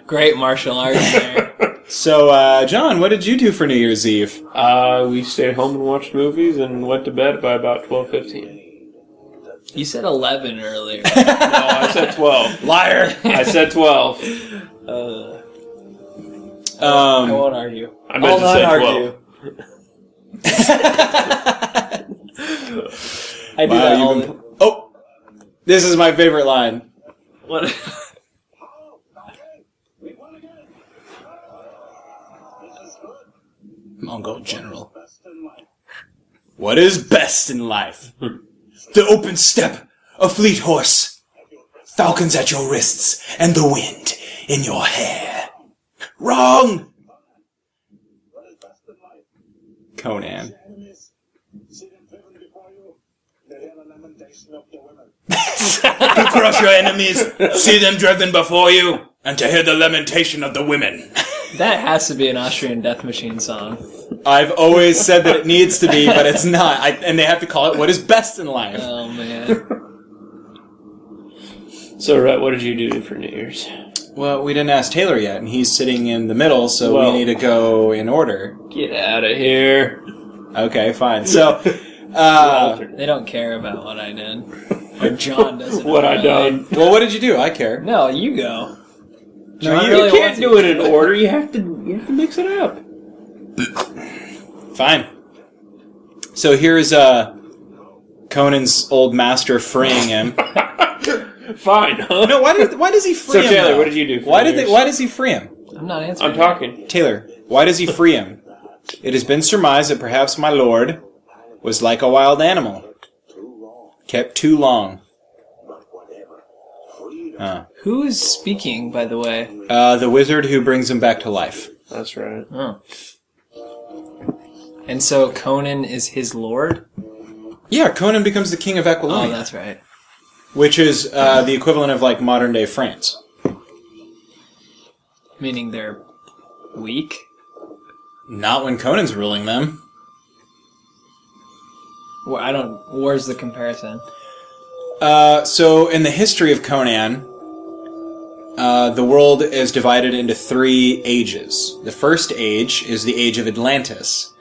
Speaker 4: Great martial arts there.
Speaker 2: so, uh, John, what did you do for New Year's Eve?
Speaker 3: Uh, we stayed home and watched movies and went to bed by about twelve fifteen.
Speaker 4: you said 11 earlier.
Speaker 3: No, I said twelve.
Speaker 2: Liar.
Speaker 3: I said twelve.
Speaker 4: Uh, I
Speaker 2: Um,
Speaker 4: won't argue.
Speaker 3: I meant to say twelve.
Speaker 4: I do that
Speaker 2: wow,
Speaker 4: all
Speaker 2: you've been- oh, this is my favorite line.
Speaker 4: the- what-
Speaker 6: We won again. This is good.
Speaker 2: Mongol general.
Speaker 6: Best in life.
Speaker 2: What is best in life? the open steppe, a fleet horse, falcons at your wrists, and the wind in your hair. Wrong!
Speaker 6: What is best in life?
Speaker 2: Conan.
Speaker 6: Enemies, see them driven before you. They hear the lamentation of the women.
Speaker 2: to crush your enemies, see them driven before you, and to hear the lamentation of the women.
Speaker 4: that has to be an Austrian Death Machine song.
Speaker 2: I've always said that it needs to be, but it's not. I, and they have to call it what is best in life.
Speaker 4: Oh man.
Speaker 3: So, Rhett, what did you do for New Year's?
Speaker 2: Well, we didn't ask Taylor yet, and he's sitting in the middle, so
Speaker 3: Well-
Speaker 2: we need to go in order.
Speaker 3: Get out of here.
Speaker 2: Okay, fine. So, uh,
Speaker 4: They don't care about what I did. Or John doesn't.
Speaker 3: what I
Speaker 4: really.
Speaker 3: done?
Speaker 2: well, what did you do? I care.
Speaker 4: No, you go.
Speaker 2: No,
Speaker 4: you- really
Speaker 3: you can't
Speaker 4: want
Speaker 3: do it in order. You have to. You have to mix it up.
Speaker 2: Fine. So here's uh, Conan's old master freeing him.
Speaker 3: Fine, huh?
Speaker 2: no, why did why does he free
Speaker 3: So,
Speaker 2: him?
Speaker 3: Taylor,
Speaker 2: though?
Speaker 3: what did you do for
Speaker 2: Why did
Speaker 3: yours?
Speaker 2: they, why does he free him?
Speaker 4: I'm not answering.
Speaker 3: I'm talking.
Speaker 2: Taylor, why does he free him? It has been surmised that perhaps my lord was like a wild animal,
Speaker 6: Too long,
Speaker 2: kept too long.
Speaker 6: but whatever. Freedom.
Speaker 2: Uh,
Speaker 4: Who is speaking, by the way?
Speaker 2: uh, the wizard who brings him back to life.
Speaker 3: That's right.
Speaker 4: Oh. And so Conan is his lord.
Speaker 2: Yeah, Conan becomes the king of
Speaker 4: Oh,
Speaker 2: Aquilonia,
Speaker 4: that's right.
Speaker 2: which is uh, the equivalent of like modern day France.
Speaker 4: Meaning they're weak.
Speaker 2: Not when Conan's ruling them.
Speaker 4: Well, I don't. Where's the comparison?
Speaker 2: Uh, so in the history of Conan, uh, the world is divided into three ages. The first age is the age of Atlantis,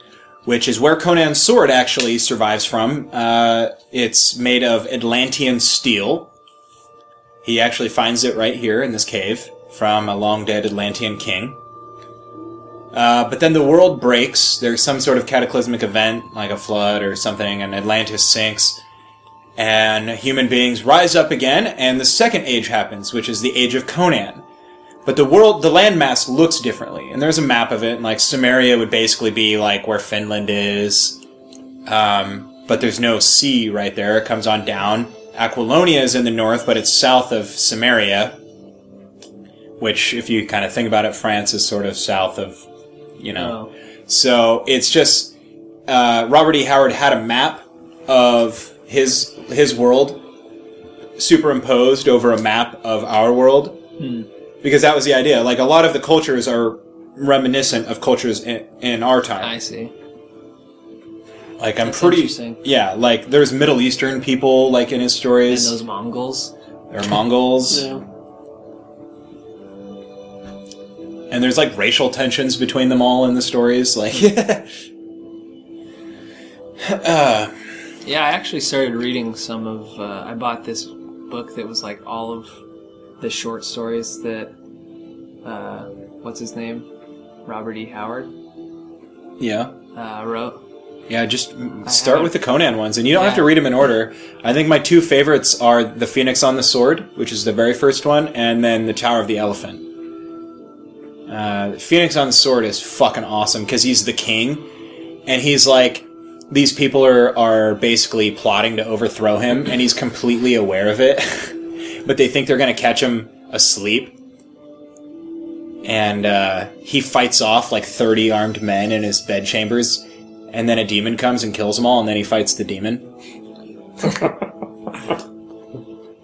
Speaker 2: which is where Conan's sword actually survives from. Uh, it's made of Atlantean steel. He actually finds it right here in this cave from a long dead Atlantean king. Uh, but then the world breaks. There's some sort of cataclysmic event, like a flood or something, and Atlantis sinks and human beings rise up again, and the second age happens, which is the age of Conan. But the world, the landmass looks differently, and there's a map of it. And like Sumeria would basically be like where Finland is, um, but there's no sea right there. It comes on down. Aquilonia is in the north, but it's south of Sumeria, which, if you kind of think about it, France is sort of south of, you know,
Speaker 4: Oh.
Speaker 2: so it's just uh, Robert E. Howard had a map of his his world superimposed over a map of our world
Speaker 4: Hmm.
Speaker 2: because that was the idea. Like a lot of the cultures are reminiscent of cultures in, in our time.
Speaker 4: I see.
Speaker 2: Like I'm
Speaker 4: That's
Speaker 2: pretty
Speaker 4: interesting.
Speaker 2: yeah. Like there's Middle Eastern people like in his
Speaker 4: And
Speaker 2: stories.
Speaker 4: those Mongols.
Speaker 2: there are Mongols
Speaker 3: Yeah.
Speaker 2: and there's like racial tensions between them all in the stories. Like
Speaker 4: Hmm. Yeah, I actually started reading some of. Uh, I bought this book that was like all of the short stories that. Uh, what's his name? Robert E. Howard
Speaker 2: yeah.
Speaker 4: uh, wrote.
Speaker 2: Yeah, just mm,
Speaker 4: I
Speaker 2: start
Speaker 4: haven't-
Speaker 2: with the Conan ones, and you don't have to
Speaker 4: Yeah.
Speaker 2: read them in order. I think my two favorites are The Phoenix on the Sword, which is the very first one, and then The Tower of the Elephant. Uh, Phoenix on the Sword is fucking awesome because he's the king, and he's like, these people are, are basically plotting to overthrow him, and he's completely aware of it, but they think they're going to catch him asleep. And uh, he fights off like 30 armed men in his bedchambers and then a demon comes and kills them all, and then he fights the demon.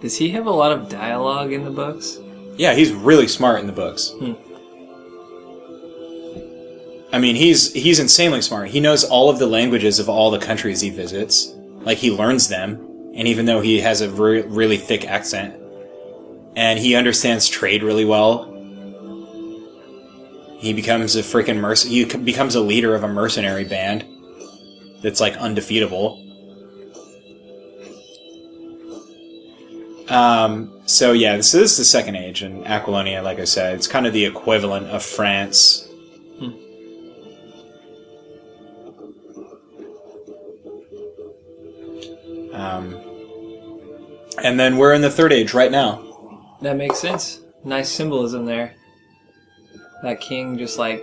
Speaker 4: Does he have a lot of dialogue in the books?
Speaker 2: Yeah, he's really smart in the books. I mean, he's he's insanely smart. He knows all of the languages of all the countries he visits. Like he learns them, and even though he has a re- really thick accent, and he understands trade really well. He becomes a freaking merc. He c- becomes a leader of a mercenary band that's like undefeatable. Um, so yeah, so this is the Second Age, and Aquilonia, like I said, it's kind of the equivalent of France. Um, and then we're in the Third Age right now.
Speaker 4: That makes sense. Nice symbolism there. That king just like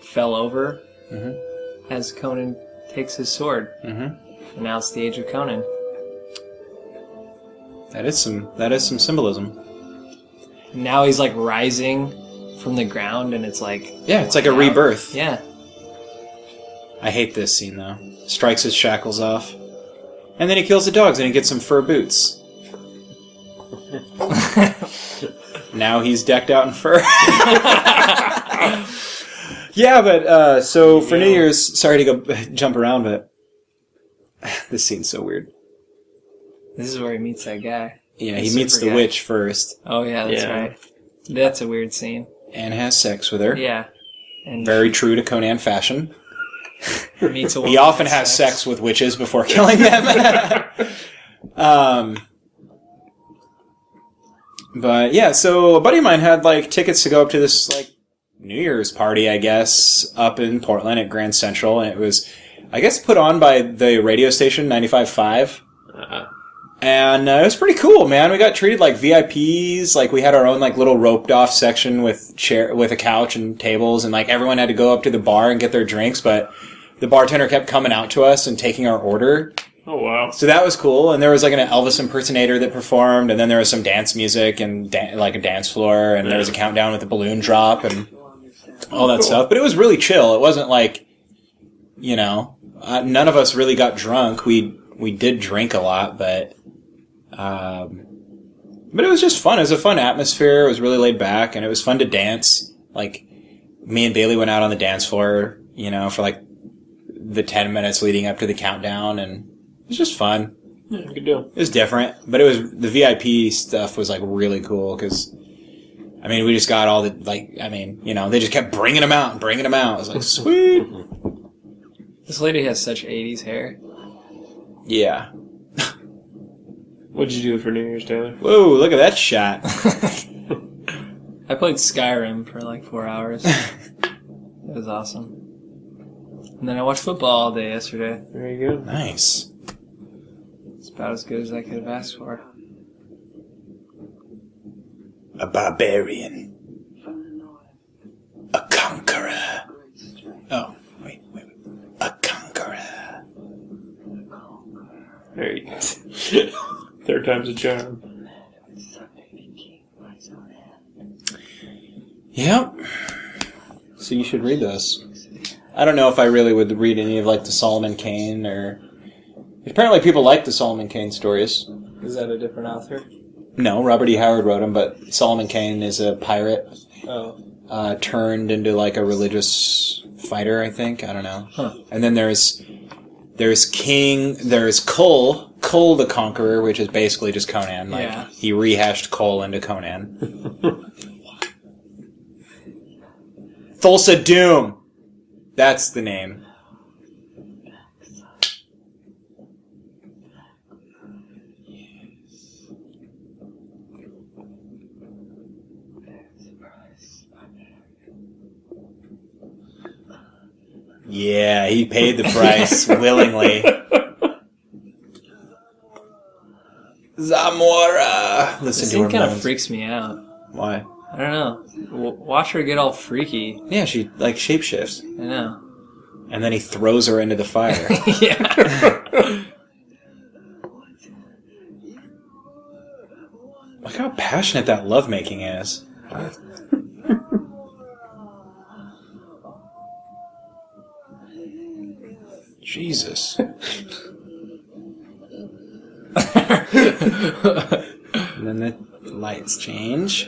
Speaker 4: fell over as Conan takes his sword. Mm-hmm. And now it's the age of Conan.
Speaker 2: That is some that is some symbolism.
Speaker 4: And now he's like rising from the ground, and it's like
Speaker 2: Yeah, it's like a
Speaker 4: Wow.
Speaker 2: rebirth.
Speaker 4: yeah,
Speaker 2: I hate this scene though. Strikes his shackles off, and then he kills the dogs and he gets some fur boots. now he's decked out in fur. yeah, but uh, so for New Year's, sorry to go jump around, but this scene's so weird.
Speaker 4: this is where he meets that guy.
Speaker 2: Yeah,
Speaker 4: The
Speaker 2: he meets
Speaker 4: super
Speaker 2: the
Speaker 4: guy.
Speaker 2: witch first
Speaker 4: Oh yeah, that's
Speaker 3: Yeah.
Speaker 4: right. That's a weird scene.
Speaker 2: and has sex with her.
Speaker 4: Yeah, and
Speaker 2: Very true to Conan fashion.
Speaker 4: meets a woman.
Speaker 2: He often has sex with witches before killing them. um, but yeah, so a buddy of mine had like tickets to go up to this like New Year's party, I guess, up in Portland at Grand Central, and it was, I guess, put on by the radio station 95.5. And uh, it was pretty cool, man. We got treated like VIPs. Like we had our own like little roped off section with chair, with a couch and tables, and like everyone had to go up to the bar and get their drinks. But the bartender kept coming out to us and taking our order.
Speaker 3: Oh wow.
Speaker 2: So that was cool. And there was like an Elvis impersonator that performed, and then there was some dance music and dan- like a dance floor, and there was a countdown with a balloon drop and all that stuff. But it was really chill. It wasn't like, you know, uh, none of us really got drunk. We we did drink a lot, but. Um, but it was just fun. It was a fun atmosphere. It was really laid back, and it was fun to dance. Like me and Bailey went out on the dance floor, you know, for like the ten minutes leading up to the countdown, and it was just fun.
Speaker 3: Yeah, good deal.
Speaker 2: It was different, but it was the VIP stuff was like really cool because, I mean, we just got all the like, I mean, you know, they just kept bringing them out and bringing them out. It was like sweet,
Speaker 4: This lady has such '80s hair.
Speaker 2: yeah.
Speaker 3: What'd you do for New Year's, Taylor?
Speaker 2: Whoa, look at that shot.
Speaker 4: I played Skyrim for like four hours. it was awesome. And then I watched football all day yesterday.
Speaker 3: There you go.
Speaker 2: Nice.
Speaker 4: It's about as good as I could have asked for.
Speaker 2: A barbarian, a conqueror. Oh, wait, wait, wait. a conqueror.
Speaker 3: There you go. Third time's a charm.
Speaker 2: Yep. So you should read this.
Speaker 5: I don't know if I really would read any of like the Solomon Kane or. Apparently, people like the Solomon Kane stories.
Speaker 4: Is that a different author?
Speaker 5: No, Robert E. Howard wrote them, but Solomon Kane is a pirate
Speaker 4: Oh,
Speaker 5: uh, turned into like a religious fighter. I think I don't know.
Speaker 4: Huh.
Speaker 5: And then there's there's King. There's Cole. Cole the Conqueror, which is basically just Conan. Like
Speaker 4: Yeah.
Speaker 5: he rehashed Cole into Conan. Thulsa Doom. That's the name. Yeah, he paid the price willingly. Zamora. Listen
Speaker 4: this
Speaker 5: to her
Speaker 4: thing kind of
Speaker 5: moans.
Speaker 4: freaks me out.
Speaker 5: Why?
Speaker 4: I don't know. W- watch her get all freaky.
Speaker 5: Yeah, she like shapeshifts,
Speaker 4: I know.
Speaker 5: and then he throws her into the fire.
Speaker 4: yeah.
Speaker 5: Look how passionate that lovemaking is. Jesus. And then the lights change.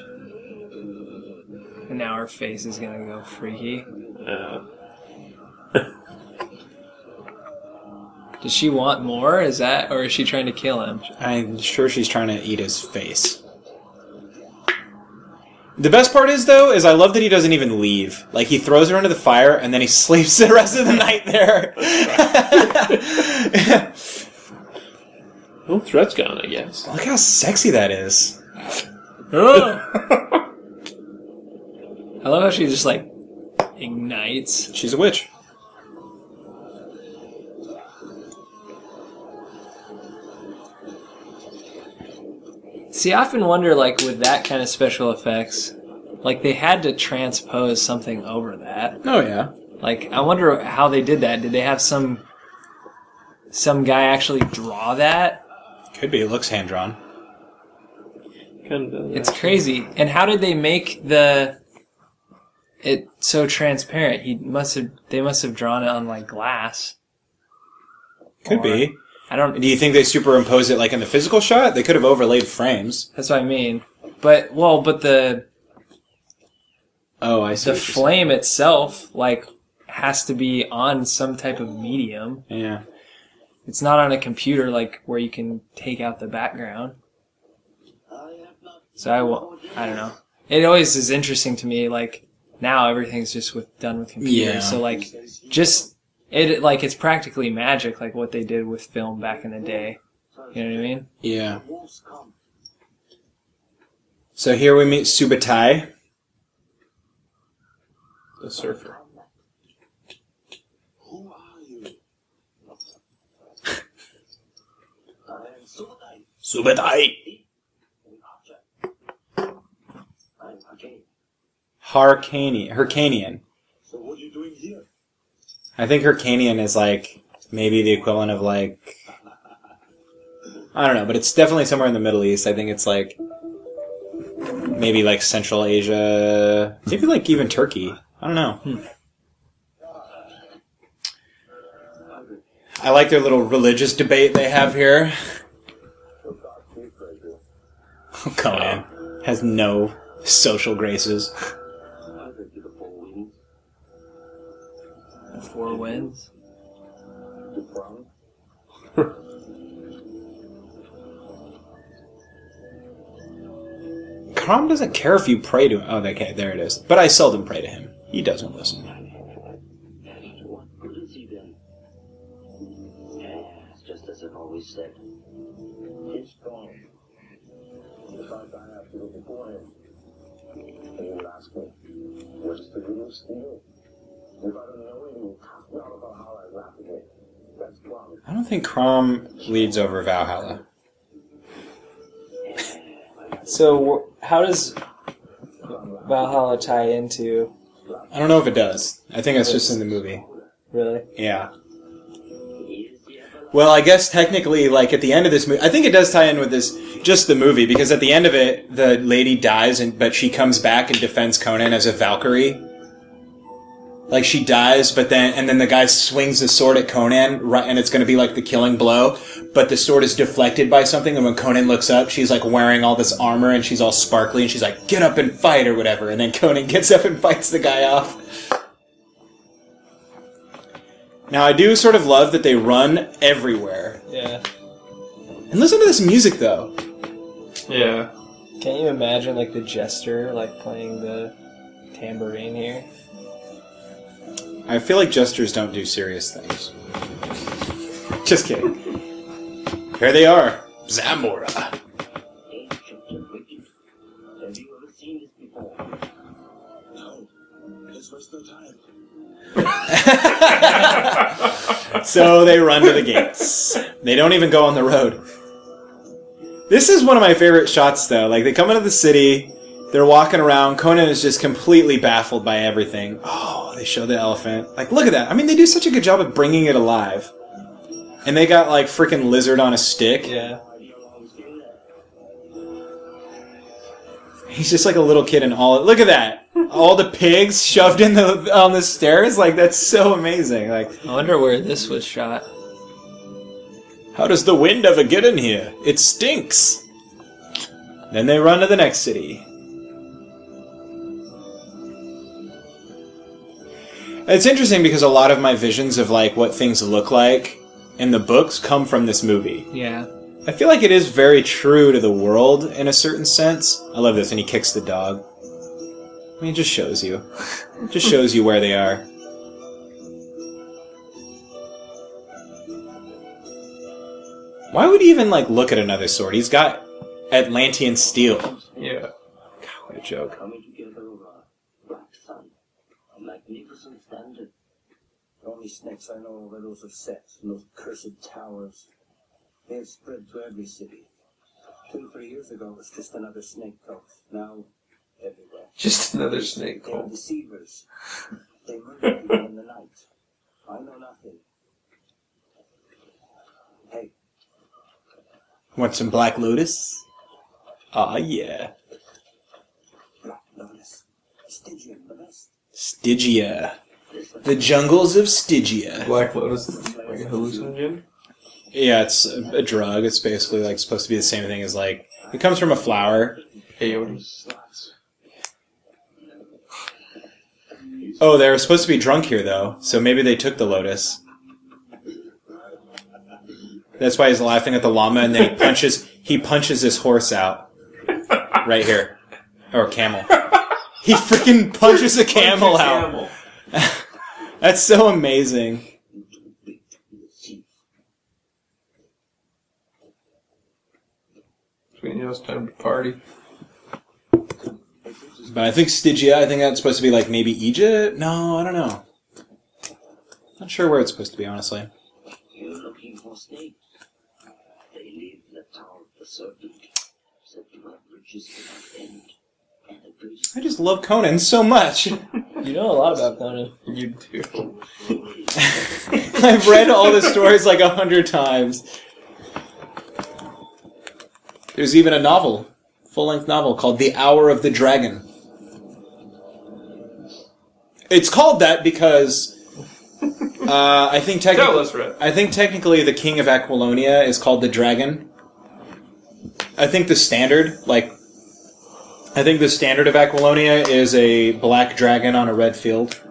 Speaker 4: and now her face is gonna go freaky.
Speaker 3: Uh,
Speaker 4: Does she want more? Is that, or is she trying to kill him?
Speaker 5: I'm sure she's trying to eat his face. The best part is though, is I love that he doesn't even leave. Like he throws her into the fire and then he sleeps the rest of the night there.
Speaker 3: well, oh, threat's gone, I guess.
Speaker 5: Look how sexy that is.
Speaker 4: I love how she just like ignites.
Speaker 5: She's a witch.
Speaker 4: See, I often wonder, like, with that kind of special effects, like, they had to transpose something over that.
Speaker 5: Oh yeah.
Speaker 4: Like, I wonder how they did that. Did they have some some guy actually draw that?
Speaker 5: Could be. It looks hand drawn.
Speaker 3: Kind of. uh,
Speaker 4: It's crazy. And how did they make the it so transparent? He must have. They must have drawn it on like glass.
Speaker 5: Could be.
Speaker 4: I don't.
Speaker 5: Do you think they superimpose it like in the physical shot? They could have overlaid frames.
Speaker 4: That's what I mean. But well, but the
Speaker 5: Oh, I see.
Speaker 4: the flame itself like has to be on some type of medium.
Speaker 5: yeah.
Speaker 4: It's not on a computer like where you can take out the background. So I will. I don't know. It always is interesting to me. Like now everything's just with done with computers.
Speaker 5: Yeah.
Speaker 4: So like just it like it's practically magic. Like what they did with film back in the day. You know what I mean?
Speaker 5: Yeah. So here we meet Subutai.
Speaker 3: The surfer.
Speaker 6: Who are you? I am Sudai,
Speaker 5: Subutai.
Speaker 6: an object. I'm Arcane.
Speaker 5: Harcanian. Hyrcanian.
Speaker 6: So what are you doing here?
Speaker 5: I think Hyrcanian is like maybe the equivalent of like I don't know, but it's definitely somewhere in the Middle East. I think it's like maybe like Central Asia, maybe like even Turkey. I don't know. I like their little religious debate they have here.
Speaker 6: The dark treasure.
Speaker 5: Conan has no social graces.
Speaker 6: I think the four winds,
Speaker 4: The four winds.
Speaker 6: the crown.
Speaker 5: Karam doesn't care if you pray to him. Oh, okay, there it is. But I seldom pray to him. He doesn't listen.
Speaker 6: What couldn't see then? Yes, just as I've always said. He's gone. If I die after you before him, and you will ask me, what's the news to you? If I don't know him, it's not about how I laugh at it. That's wrong.
Speaker 5: I don't think Crom leads over Valhalla.
Speaker 4: So how does Valhalla tie into
Speaker 5: I don't know if it does. I think that's just in the movie.
Speaker 4: really?
Speaker 5: Yeah. Well, I guess technically, like at the end of this movie, I think it does tie in with this just the movie because at the end of it, the lady dies, and but she comes back and defends Conan as a Valkyrie. Like she dies, but then and then the guy swings his sword at Conan, right, and it's going to be like the killing blow. But the sword is deflected by something, and when Conan looks up, she's like wearing all this armor and she's all sparkly, and she's like, "Get up and fight" or whatever. And then Conan gets up and fights the guy off. Now I do sort of love that they run everywhere.
Speaker 4: Yeah.
Speaker 5: And listen to this music though.
Speaker 3: Yeah.
Speaker 4: Can you imagine like the jester like playing the tambourine here?
Speaker 5: I feel like jesters don't do serious things. Just kidding. Here they are, Zamora.
Speaker 6: Ancient and wicked. Have you ever seen this before? No. This was the time.
Speaker 5: So they run to the gates. They don't even go on the road. This is one of my favorite shots, though. Like they come into the city, they're walking around. Conan is just completely baffled by everything. Oh, they show the elephant. Like, look at that. I mean, they do such a good job of bringing it alive. And they got like freaking lizard on a stick.
Speaker 4: Yeah.
Speaker 5: He's just like a little kid in all. Look at that! All the pigs shoved in the on the stairs. Like that's so amazing. Like
Speaker 4: I wonder where this was shot.
Speaker 5: how does the wind ever get in here? It stinks. Then they run to the next city. It's interesting because a lot of my visions of like what things look like in the books come from this movie.
Speaker 4: Yeah.
Speaker 5: I feel like it is very true to the world in a certain sense. I love this, and he kicks the dog. I mean, it just shows you. It just shows you where they are. Why would he even like look at another sword? He's got Atlantean steel.
Speaker 3: Yeah.
Speaker 5: What a joke.
Speaker 6: Coming together over a black sun. A magnificent standard. The only snakes I know of are those of Set and those cursed towers. They have spread to every city. Two, three years ago, it was just another snake cult. Now, everywhere.
Speaker 3: Just another snake
Speaker 6: They are
Speaker 3: cult.
Speaker 6: deceivers. They murder people in the night. I know nothing. Hey,
Speaker 5: Want some Black Lotus? Ah, yeah.
Speaker 6: Black Lotus. Stygian, the best.
Speaker 5: Stygia. The jungles of Stygia.
Speaker 3: Black Lotus, like a hallucinogen.
Speaker 5: Yeah, it's a, a drug. It's basically like supposed to be the same thing as like it comes from a flower.
Speaker 3: Peyote.
Speaker 5: Oh, they were supposed to be drunk here though, so maybe they took the lotus. That's why he's laughing at the llama, and then he punches he punches his horse out right here, or camel. He freaking punches a camel out. That's so amazing.
Speaker 3: We know it's time to party.
Speaker 5: But I think Stygia. I think that's supposed to be like maybe Egypt. No, I don't know. Not sure where it's supposed to be, honestly.
Speaker 6: You're looking for snakes. They leave the tower of the serpent. Said to have riches without end. And a priest
Speaker 5: I just love Conan so much.
Speaker 4: You know a lot about Conan.
Speaker 3: You do.
Speaker 5: I've read all the stories like a hundred times. There's even a novel, full length novel called The Hour of the Dragon. It's called that because uh, I think
Speaker 3: That
Speaker 5: technically,
Speaker 3: was right.
Speaker 5: I think technically the King of Aquilonia is called the Dragon. I think the standard, like, I think the standard of Aquilonia is a black dragon on a red field.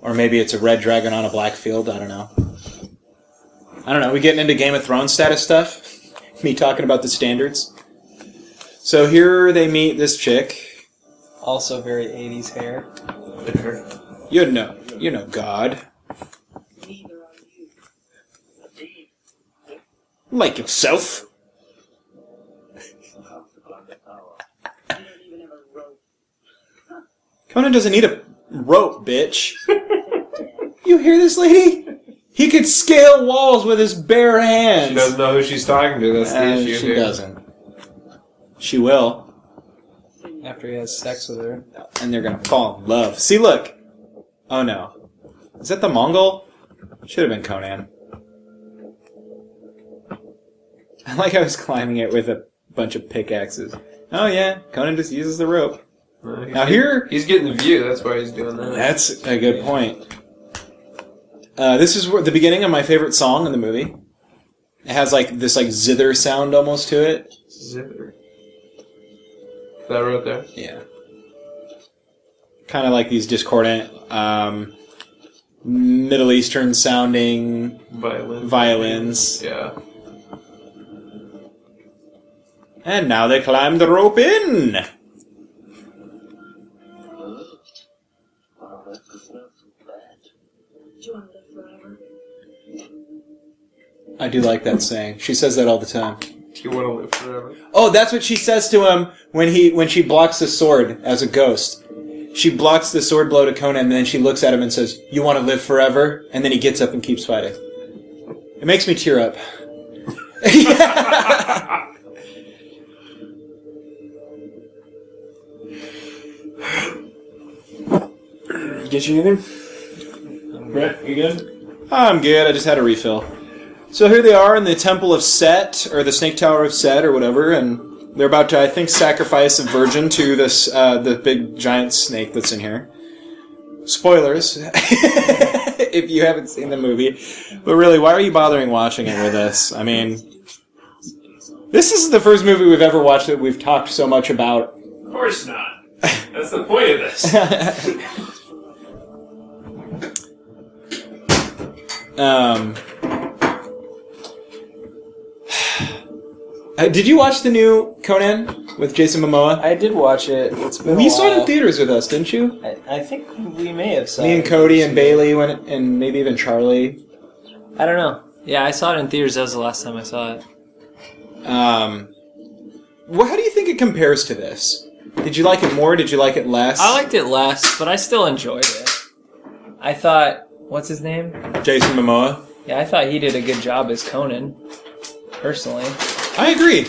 Speaker 5: Or maybe it's a red dragon on a black field. I don't know. I don't know. We getting into Game of Thrones status stuff? Me talking about the standards. So here they meet this chick.
Speaker 4: Also very 80s hair.
Speaker 5: You know, you know, God,
Speaker 6: neither are you. Indeed,
Speaker 5: like yourself.
Speaker 6: comes upon the tower. You don't even have a rope.
Speaker 5: Conan doesn't need a rope, bitch. you hear this, lady? He could scale walls with his bare hands.
Speaker 3: She doesn't know who she's talking to. That's the
Speaker 5: Uh,
Speaker 3: issue.
Speaker 5: she
Speaker 3: here.
Speaker 5: doesn't. She will.
Speaker 4: After he has sex with her.
Speaker 5: and they're gonna fall in love. See, look. Oh no, is that the Mongol? Should have been Conan. I like I was climbing it with a bunch of pickaxes. Oh yeah, Conan just uses the rope. Now here,
Speaker 3: He's getting the view. That's why he's doing that.
Speaker 5: that's a good point. Uh, this is where, the beginning of my favorite song in the movie. It has like this like zither sound almost to it.
Speaker 3: Zither. That right there.
Speaker 5: Yeah. Kind of like these discordant, um, Middle Eastern sounding
Speaker 3: Violin.
Speaker 5: violins.
Speaker 3: Yeah.
Speaker 5: And now they climb the rope in!
Speaker 6: Wow, that's just not so bad.
Speaker 7: Do you want to live forever?
Speaker 5: I do like that saying. She says that all the time.
Speaker 3: Do you want to live forever?
Speaker 5: Oh, that's what she says to him when he when she blocks the sword as a ghost. She blocks the sword blow to Conan, and then she looks at him and says, "You want to live forever?" And then he gets up and keeps fighting. It makes me tear up. Get you anything?
Speaker 8: Brett, you good?
Speaker 5: I'm good. I just had a refill. So here they are in the Temple of Set, or the Snake Tower of Set, or whatever, and they're about to, I think, sacrifice a virgin to this uh, the big giant snake that's in here. Spoilers, if you haven't seen the movie. But really, why are you bothering watching it with us? I mean, this is the first movie we've ever watched that we've talked so much about
Speaker 8: Of course not. That's the point of this.
Speaker 5: Um, uh, did you watch the new Conan with Jason Momoa?
Speaker 9: I did watch it. It's been.
Speaker 5: You
Speaker 9: a
Speaker 5: saw it in
Speaker 9: while.
Speaker 5: theaters with us, didn't you?
Speaker 9: I, I think we may have saw
Speaker 5: Me
Speaker 9: it.
Speaker 5: and Cody and Bailey went, and maybe even Charlie.
Speaker 4: I don't know. Yeah, I saw it in theaters. That was the last time I saw it.
Speaker 5: Um, well, how do you think it compares to this? Did you like it more? Did you like it less?
Speaker 4: I liked it less, but I still enjoyed it. I thought, what's his name?
Speaker 5: Jason Momoa.
Speaker 4: Yeah, I thought he did a good job as Conan. Personally,
Speaker 5: I agree.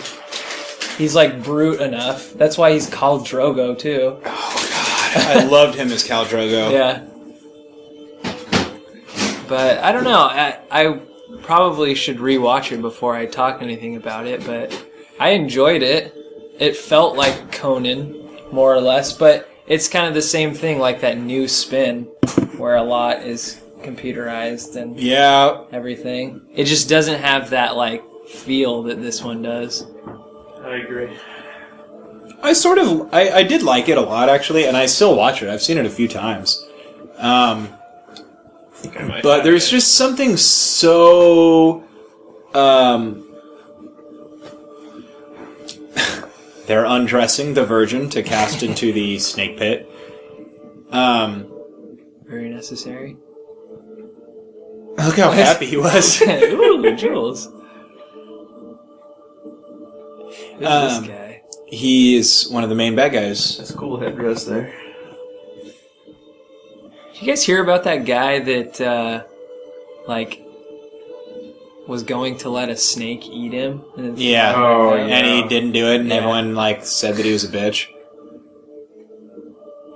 Speaker 4: he's like brute enough. That's why he's called Drogo too.
Speaker 5: I loved him as Cal Drogo.
Speaker 4: Yeah. But I don't know. I, I probably should rewatch it before I talk anything about it, but I enjoyed it. It felt like Conan, more or less, but it's kind of the same thing like that new spin where a lot is computerized and
Speaker 5: Yeah.
Speaker 4: everything. It just doesn't have that like feel that this one does.
Speaker 8: I agree.
Speaker 5: I sort of I, I did like it a lot actually, and I still watch it. I've seen it a few times. Um, but there's just something so um they're undressing the virgin to cast into the snake pit um
Speaker 4: Very necessary.
Speaker 5: look how happy he was
Speaker 4: Ooh, Jules. Who's
Speaker 5: Um,
Speaker 4: this guy?
Speaker 5: he is one of the main bad guys
Speaker 3: That's a cool headdress there.
Speaker 4: Did you guys hear about that guy that, uh, like, was going to let a snake eat him? And then-
Speaker 5: yeah
Speaker 3: Oh,
Speaker 4: yeah.
Speaker 5: and he didn't do it and
Speaker 4: Yeah.
Speaker 5: everyone like said that he was a bitch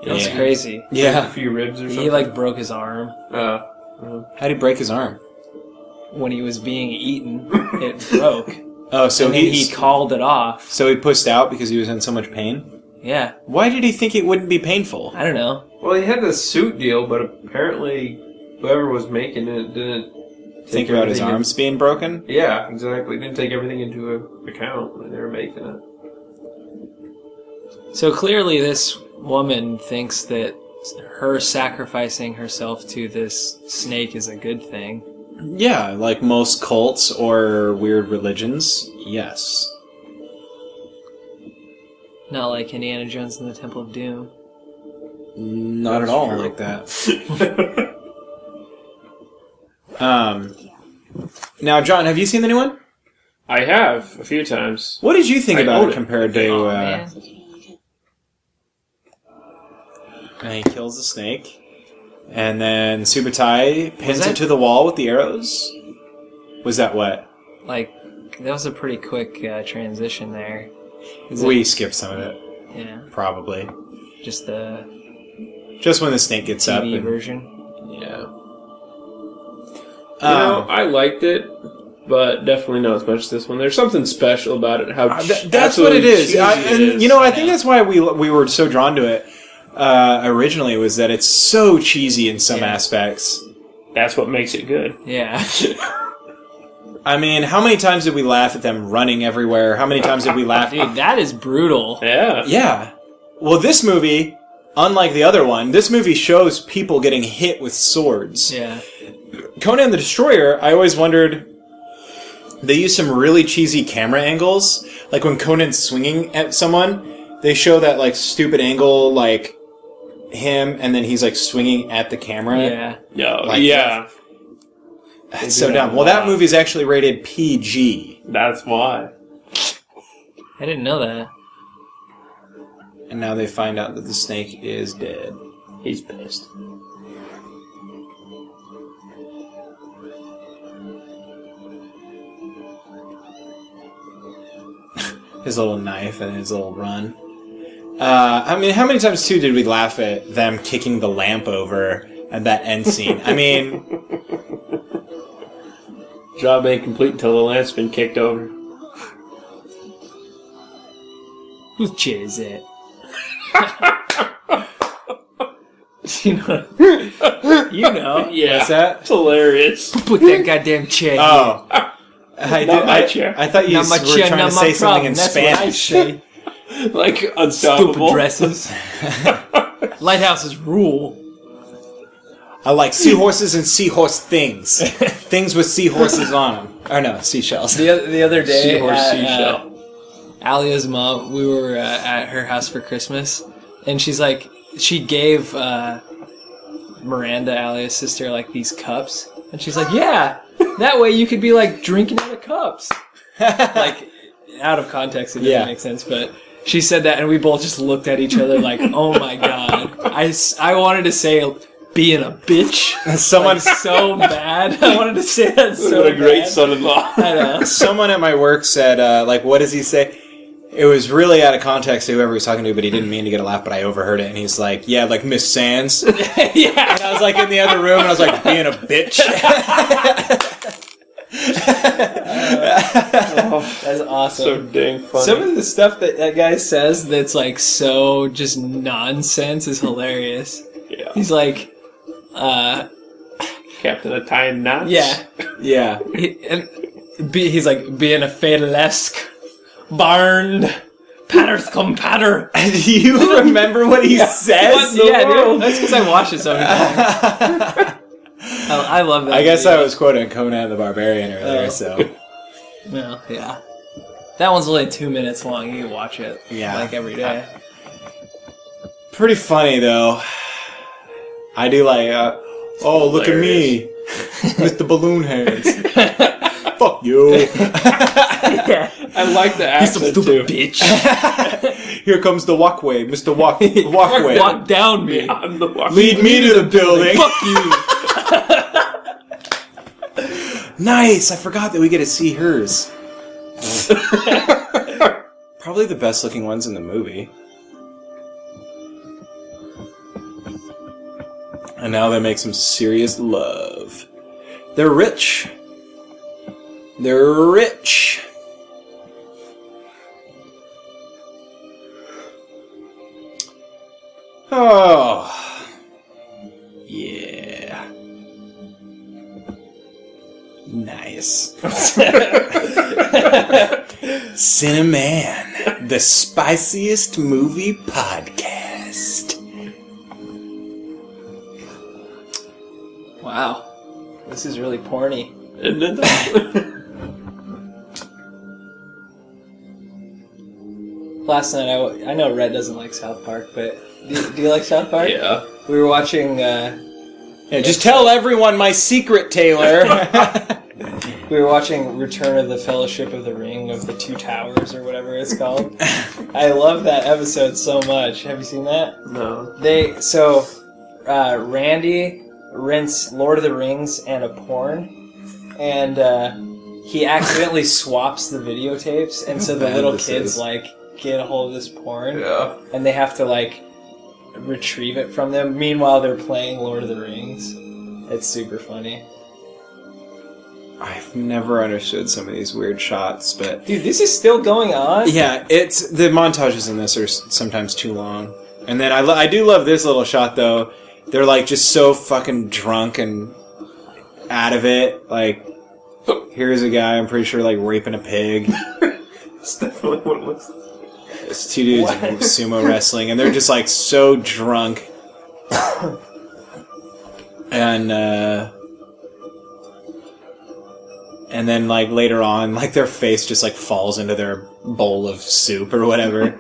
Speaker 4: That's
Speaker 5: yeah.
Speaker 4: crazy.
Speaker 3: A
Speaker 5: yeah
Speaker 3: few ribs or something.
Speaker 4: He, like, broke his arm
Speaker 3: Uh,
Speaker 5: how'd he break his arm
Speaker 4: when he was being eaten. It broke.
Speaker 5: oh so
Speaker 4: and then
Speaker 5: he,
Speaker 4: he called it off.
Speaker 5: so he pushed out because he was in so much pain
Speaker 4: Yeah.
Speaker 5: why did he think it wouldn't be painful
Speaker 4: I don't know.
Speaker 3: well, he had the suit deal, but apparently whoever was making it didn't take
Speaker 5: think about his
Speaker 3: everything in-
Speaker 5: arms being broken.
Speaker 3: yeah, exactly. Didn't take everything into account when they were making it.
Speaker 4: So clearly, this woman thinks that her sacrificing herself to this snake is a good thing.
Speaker 5: Yeah, like most cults or weird religions. Yes.
Speaker 4: Not like Indiana Jones and the Temple of Doom.
Speaker 5: Not at all like that. um now John, have you seen the new one?
Speaker 8: I have a few times.
Speaker 5: What did you think
Speaker 8: I
Speaker 5: about
Speaker 8: own
Speaker 5: it
Speaker 8: it.
Speaker 5: compared to
Speaker 8: Oh,
Speaker 5: uh and he kills the snake. And then Subutai pins
Speaker 4: that-
Speaker 5: it to the wall with the arrows. Was that what?
Speaker 4: Like, that was a pretty quick uh, transition there. Is it-
Speaker 5: we skipped some of it,
Speaker 4: yeah,
Speaker 5: probably.
Speaker 4: just the
Speaker 5: Just when the snake gets up.
Speaker 4: TV
Speaker 5: And,
Speaker 4: version.
Speaker 3: Yeah. You
Speaker 5: um,
Speaker 3: know, I liked it. but definitely not as much as this one. There's something special about it. How
Speaker 5: Uh,
Speaker 3: ch-
Speaker 5: th- that's what it
Speaker 3: absolutely
Speaker 5: is.
Speaker 3: cheesy
Speaker 5: I,
Speaker 3: it
Speaker 5: and
Speaker 3: is.
Speaker 5: you know, I think that's why we we were so drawn to it uh, originally was that it's so cheesy in some
Speaker 4: Yeah.
Speaker 5: aspects.
Speaker 3: that's what makes it good.
Speaker 4: Yeah.
Speaker 5: I mean, how many times did we laugh at them running everywhere? How many times did we laugh?
Speaker 4: Dude, that is brutal.
Speaker 3: Yeah,
Speaker 5: yeah. Well, this movie, unlike the other one, this movie shows people getting hit with swords.
Speaker 4: Yeah.
Speaker 5: Conan the Destroyer, I always wondered. They use some really cheesy camera angles. Like when Conan's swinging at someone, they show that like stupid angle, like him, and then he's like swinging at the camera.
Speaker 4: Yeah.
Speaker 3: no,
Speaker 5: Like-
Speaker 3: yeah,
Speaker 5: That's so dumb. Well, that movie's actually rated PG,
Speaker 3: that's why.
Speaker 4: I didn't know that.
Speaker 5: and now they find out that the snake is dead.
Speaker 3: He's pissed.
Speaker 5: His little knife and his little run. Uh, I mean, how many times too did we laugh at them kicking the lamp over at that end scene? I mean.
Speaker 3: Job ain't complete until the lamp's been kicked over.
Speaker 4: Which is it? you know. You know.
Speaker 3: Yeah,
Speaker 5: What's that?
Speaker 3: It's hilarious.
Speaker 4: Put that goddamn check.
Speaker 5: Oh. I, did,
Speaker 3: my
Speaker 5: I,
Speaker 3: chair.
Speaker 5: I thought you
Speaker 4: Not my
Speaker 5: were
Speaker 4: chair,
Speaker 5: trying
Speaker 4: not
Speaker 5: to
Speaker 4: my
Speaker 5: say
Speaker 4: problem.
Speaker 5: something in
Speaker 4: That's what I
Speaker 5: Spanish.
Speaker 4: say.
Speaker 3: like
Speaker 4: Stupid
Speaker 3: unstoppable.
Speaker 4: dresses. Lighthouses rule.
Speaker 5: I uh, like seahorses and seahorse things. things with seahorses on them. Or no, seashells.
Speaker 4: The, oth- the other day,
Speaker 3: Seahorse
Speaker 4: at, uh,
Speaker 3: seashell.
Speaker 4: Alia's mom, we were uh, at her house for Christmas, and she's like, she gave uh, Miranda, Alia's sister, like these cups, and she's like, yeah, that way you could be like drinking out of cups. like, out of context, it doesn't
Speaker 5: Yeah.
Speaker 4: make sense, but she said that, and we both just looked at each other like, oh my god. I, s- I wanted to say, being a bitch.
Speaker 5: Someone,
Speaker 4: Like, so bad. I wanted to say that so
Speaker 3: what a great
Speaker 4: bad. uh,
Speaker 3: son-in-law.
Speaker 4: I know.
Speaker 5: someone at my work said, uh, like, what does he say? It was really out of context to whoever he was talking to, but he didn't mean to get a laugh, but I overheard it, and he's like, yeah, like Miss Sands. And
Speaker 4: yeah.
Speaker 5: I was like in the other room, and I was like, being a bitch.
Speaker 4: That's awesome.
Speaker 3: so dang funny.
Speaker 4: Some of the stuff that that guy says that's like so just nonsense is hilarious.
Speaker 3: yeah.
Speaker 4: He's like, uh,
Speaker 3: Captain of Tying Knots.
Speaker 4: yeah,
Speaker 5: yeah.
Speaker 4: he, and be, he's like being a fatalesque, barned, patterth cum patter.
Speaker 5: Do you remember what he says?
Speaker 4: What the yeah, dude, that's because I watched it so many times. I, I love that.
Speaker 5: I guess
Speaker 4: movie.
Speaker 5: I was quoting Conan the Barbarian earlier,
Speaker 4: Oh.
Speaker 5: so.
Speaker 4: Well, yeah. That one's only two minutes long. You can watch it.
Speaker 5: Yeah.
Speaker 4: Like every day.
Speaker 5: Pretty funny though. I do like, uh, oh look at me, Mr. Balloon Hands. Fuck you.
Speaker 3: I like the accent too.
Speaker 4: bitch.
Speaker 5: Here comes the walkway, Mr. Walk Walkway.
Speaker 4: Walk down me.
Speaker 3: I'm the walking-
Speaker 5: Lead me to the building.
Speaker 4: Fuck you.
Speaker 5: Nice. I forgot that we get to see hers. Probably the best looking ones in the movie. And now they make some serious love. They're rich. They're rich. Oh. Yeah. Nice. Cinnamon, the spiciest movie podcast.
Speaker 4: Wow. This is really porny.
Speaker 3: And then the-
Speaker 4: Last night, I, w- I know Red doesn't like South Park, but do, do you like South Park?
Speaker 3: yeah.
Speaker 4: We were watching, uh,
Speaker 5: Yeah, just tell everyone my secret, Taylor.
Speaker 4: we were watching Return of the Fellowship of the Ring of the Two Towers or whatever it's called. I love that episode so much. Have you seen that?
Speaker 3: No.
Speaker 4: They so uh, Randy rents Lord of the Rings and a porn, and uh, he accidentally swaps the videotapes, and so the
Speaker 5: bad
Speaker 4: little
Speaker 5: this
Speaker 4: kids
Speaker 5: is.
Speaker 4: like get a hold of this porn,
Speaker 10: Yeah.
Speaker 4: and they have to like retrieve it from them. Meanwhile, they're playing Lord of the Rings. It's super funny.
Speaker 5: I've never understood some of these weird shots, but
Speaker 4: Dude, this is still going on.
Speaker 5: yeah, it's the montages in this are s- sometimes too long. And then I, lo- I do love this little shot though. They're like just so fucking drunk and out of it. Like, here's a guy I'm pretty sure like raping a pig.
Speaker 3: That's definitely what it was.
Speaker 5: It's two dudes
Speaker 4: What?
Speaker 5: sumo wrestling, and they're just like so drunk. and uh, and then like later on, like their face just like falls into their bowl of soup or whatever.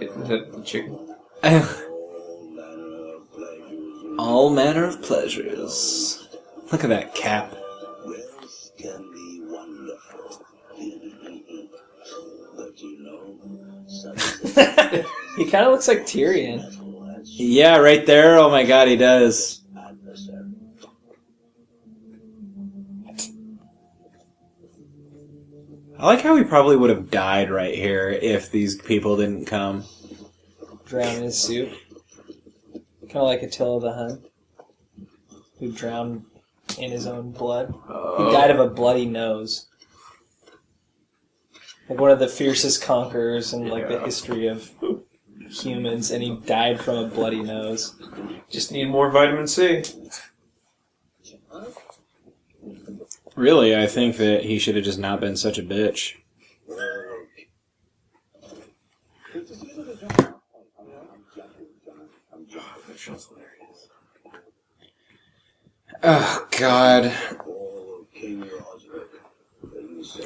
Speaker 3: Is that the chicken?
Speaker 5: All manner of pleasures. Look at that cap.
Speaker 6: Wells can be wonderful. but you know, something
Speaker 4: He kind of looks like Tyrion.
Speaker 5: Yeah, right there. Oh my god, he does.
Speaker 6: adversary.
Speaker 5: I like how he probably would have died right here if these people didn't come.
Speaker 4: Drown in his soup. Kind of like Attila the Hun, who drowned in his own blood.
Speaker 3: Oh.
Speaker 4: He died of a bloody nose. Like one of the fiercest conquerors in like the
Speaker 3: Yeah.
Speaker 4: history of humans, and he died from a bloody nose.
Speaker 3: Just need more vitamin C.
Speaker 5: Really, I think that he should have just not been such a bitch. Oh God!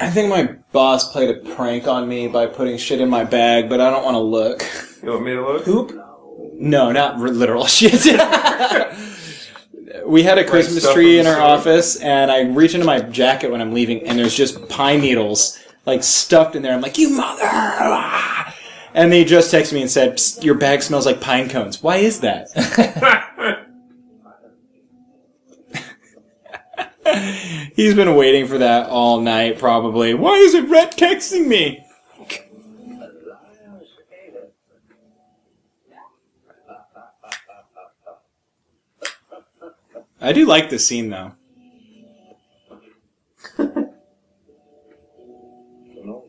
Speaker 5: I think my boss played a prank on me by putting shit in my bag, but I don't want to look.
Speaker 3: Oh, You want me to look?
Speaker 4: Poop?
Speaker 5: No, not r- literal shit. we had a Christmas
Speaker 3: stuff
Speaker 5: tree
Speaker 3: from
Speaker 5: in
Speaker 3: the
Speaker 5: our
Speaker 3: store.
Speaker 5: office, and I reach into my jacket when I'm leaving, and there's just pine needles like stuffed in there. I'm like, you mother! ah." And they just texted me and said, "Psst, your bag smells like pine cones. Why is that? He's been waiting for that all night, probably. Why isn't Rhett texting me? I do like this scene, though.
Speaker 6: No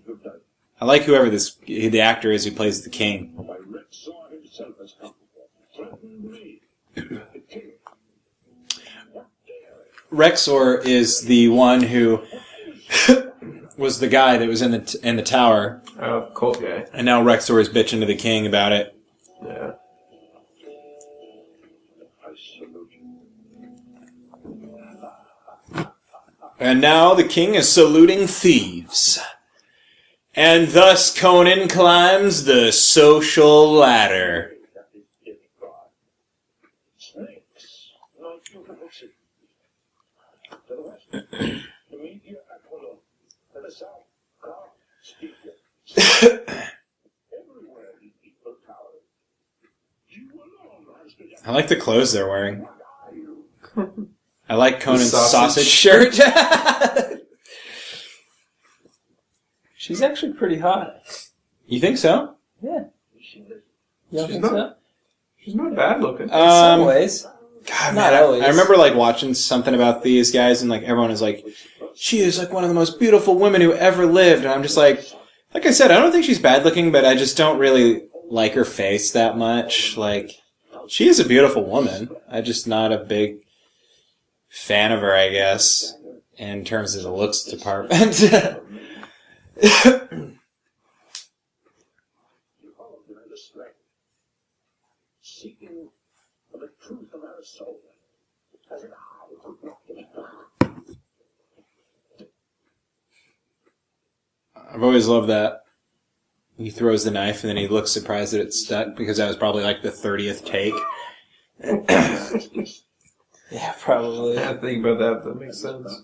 Speaker 6: good time.
Speaker 5: I like whoever this the actor is who plays the king.
Speaker 6: My Rex saw himself as comfortable. Threatened me. The king.
Speaker 5: Rexor is the one who was the guy that was in the t- in the tower,
Speaker 3: Oh, cold guy.
Speaker 5: and now Rexor is bitching to the king about it.
Speaker 3: Yeah.
Speaker 6: I salute you.
Speaker 5: And now the king is saluting thieves. And thus Conan climbs the social ladder.
Speaker 6: That is it, God. Snakes, like you can see. To the west, the media Aquila. To the south, God, Stephen. Everywhere these people cower. You alone has the
Speaker 5: I like the clothes they're wearing. I like Conan's sausage.
Speaker 3: sausage.
Speaker 5: shirt.
Speaker 4: She's actually pretty hot.
Speaker 5: you think so?
Speaker 4: Yeah. You don't
Speaker 3: She's
Speaker 4: think
Speaker 3: not-
Speaker 4: so?
Speaker 3: She's not bad looking.
Speaker 4: In some
Speaker 5: Um,
Speaker 4: ways.
Speaker 5: God,
Speaker 4: Not
Speaker 5: man, I-
Speaker 4: always.
Speaker 5: I remember like watching something about these guys, and like everyone is like, "She is like one of the most beautiful women who ever lived," and I'm just like, like I said, I don't think she's bad looking, but I just don't really like her face that much. Like, she is a beautiful woman. I'm just not a big fan of her, I guess, in terms of the looks department.
Speaker 6: Behold, and the strength, seeking for the truth of our soul, as an eye could not give.
Speaker 5: I've always loved that. He throws the knife, and then he looks surprised that it's stuck because that was probably like the thirtieth take.
Speaker 4: Yeah, probably.
Speaker 3: I think about that. That makes sense.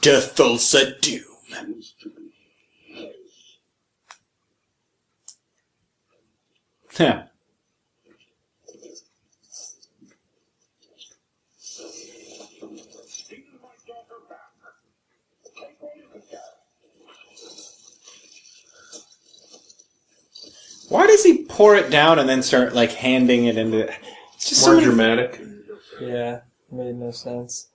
Speaker 5: Death Thulsa Doom. Huh. Why does he pour it down and then start like handing it into? It's Just so
Speaker 3: More
Speaker 5: many
Speaker 3: dramatic.
Speaker 4: Yeah, made no sense.